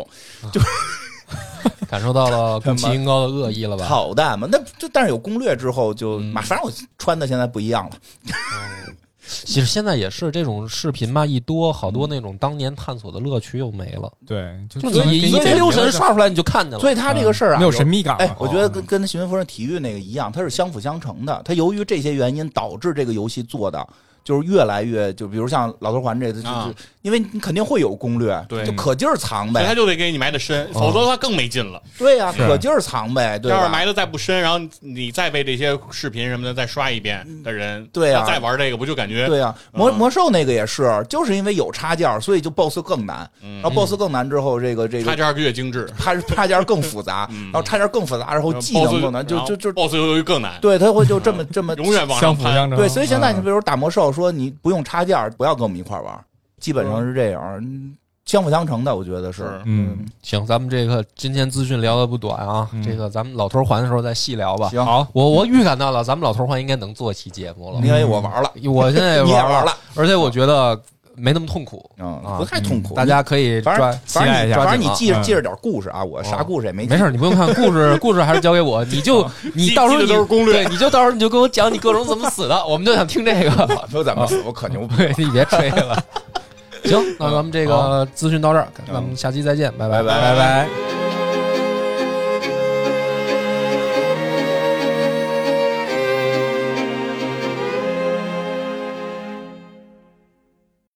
Speaker 2: 感受到 了宫崎
Speaker 3: 他妈
Speaker 2: 英高的恶意了吧？
Speaker 3: 操蛋嘛，那就但是有攻略之后就，马反正我穿的现在不一样了，
Speaker 2: 其实现在也是这种视频吧，一多好
Speaker 3: 嗯
Speaker 2: 多那种当年探索的乐趣又没了，
Speaker 1: 对，就
Speaker 2: 就
Speaker 1: 只能
Speaker 2: 你
Speaker 1: 给
Speaker 2: 一
Speaker 1: 你
Speaker 2: 一
Speaker 1: 点
Speaker 2: 溜神
Speaker 1: 名字
Speaker 2: 刷出来你就看见了。
Speaker 3: 所以他这个事儿啊，
Speaker 1: 没有
Speaker 3: 就
Speaker 1: 神秘感了。
Speaker 3: 哎，我觉得跟跟询问夫人体育那个一样，它是相辅相成的。它由于这些原因导致这个游戏做的就是越来越，就比如像老头环这，就
Speaker 4: 啊
Speaker 3: 就因为你肯定会有攻略，
Speaker 4: 对
Speaker 3: 就可劲儿藏
Speaker 4: 所以他
Speaker 3: 呗，
Speaker 4: 就得给你埋的深，否则他更没劲了。
Speaker 3: 对呀，
Speaker 1: 是
Speaker 3: 可劲儿藏呗，哦对
Speaker 4: 要是
Speaker 3: 吧？
Speaker 4: 埋的再不深，然后你再被这些视频什么的再刷一遍的人，
Speaker 3: 对啊
Speaker 4: 他再玩这个不就感觉
Speaker 3: 对呀、魔
Speaker 4: 嗯
Speaker 3: 魔兽那个也是，就是因为有插件儿，所以就 BOSS 更难。
Speaker 4: 嗯
Speaker 3: 然后 BOSS 更难之后，这个这
Speaker 4: 插
Speaker 3: 个
Speaker 4: 件越精致，呃
Speaker 3: 插插件儿更复杂，
Speaker 4: 嗯
Speaker 3: 然后插件儿更复杂，然后技能更难，就就就
Speaker 4: BOSS 又更难，
Speaker 3: 对，它会就这么这么
Speaker 4: 永远往上
Speaker 1: 哦相辅
Speaker 4: 攀。
Speaker 1: 相成。
Speaker 3: 对，所以现在你
Speaker 1: 嗯
Speaker 3: 比如打魔兽，说你不用插件儿，不要跟我们一块儿玩儿，基本上是这样，嗯相辅相成的，我觉得是
Speaker 4: 是。
Speaker 1: 嗯，
Speaker 2: 行，咱们这个今天资讯聊的不短啊，
Speaker 1: 嗯
Speaker 2: 这个咱们老头环的时候再细聊吧。
Speaker 3: 行，
Speaker 1: 好，
Speaker 2: 我我预感到了，咱们老头环应该能做期节目了。
Speaker 3: 因为我玩儿了，
Speaker 2: 我现在也
Speaker 3: 你也玩
Speaker 2: 嗯玩
Speaker 3: 儿，了，
Speaker 2: 而且我觉得没那么痛苦，
Speaker 3: 嗯，
Speaker 2: 啊
Speaker 3: 不太痛苦。
Speaker 2: 大家可以
Speaker 3: 你反
Speaker 2: 抓
Speaker 3: 正反
Speaker 1: 期待一
Speaker 3: 正你
Speaker 1: 下
Speaker 3: 反正你记着
Speaker 1: 嗯
Speaker 3: 记着点儿故事啊，我啥故事也没记
Speaker 2: 没事儿，你不用看故事，故事还是交给我。你就你到时候
Speaker 4: 记
Speaker 2: 你
Speaker 4: 得都是攻略
Speaker 2: 对，你就到时候你就跟我讲你各种怎么死的，我们就想听这个。
Speaker 3: 我怎么死，我可牛逼
Speaker 2: 对，你别 吹了。行，那咱们这个
Speaker 1: 好
Speaker 2: 资讯到这儿，咱们下期再见，拜拜
Speaker 3: 拜拜
Speaker 1: 拜拜。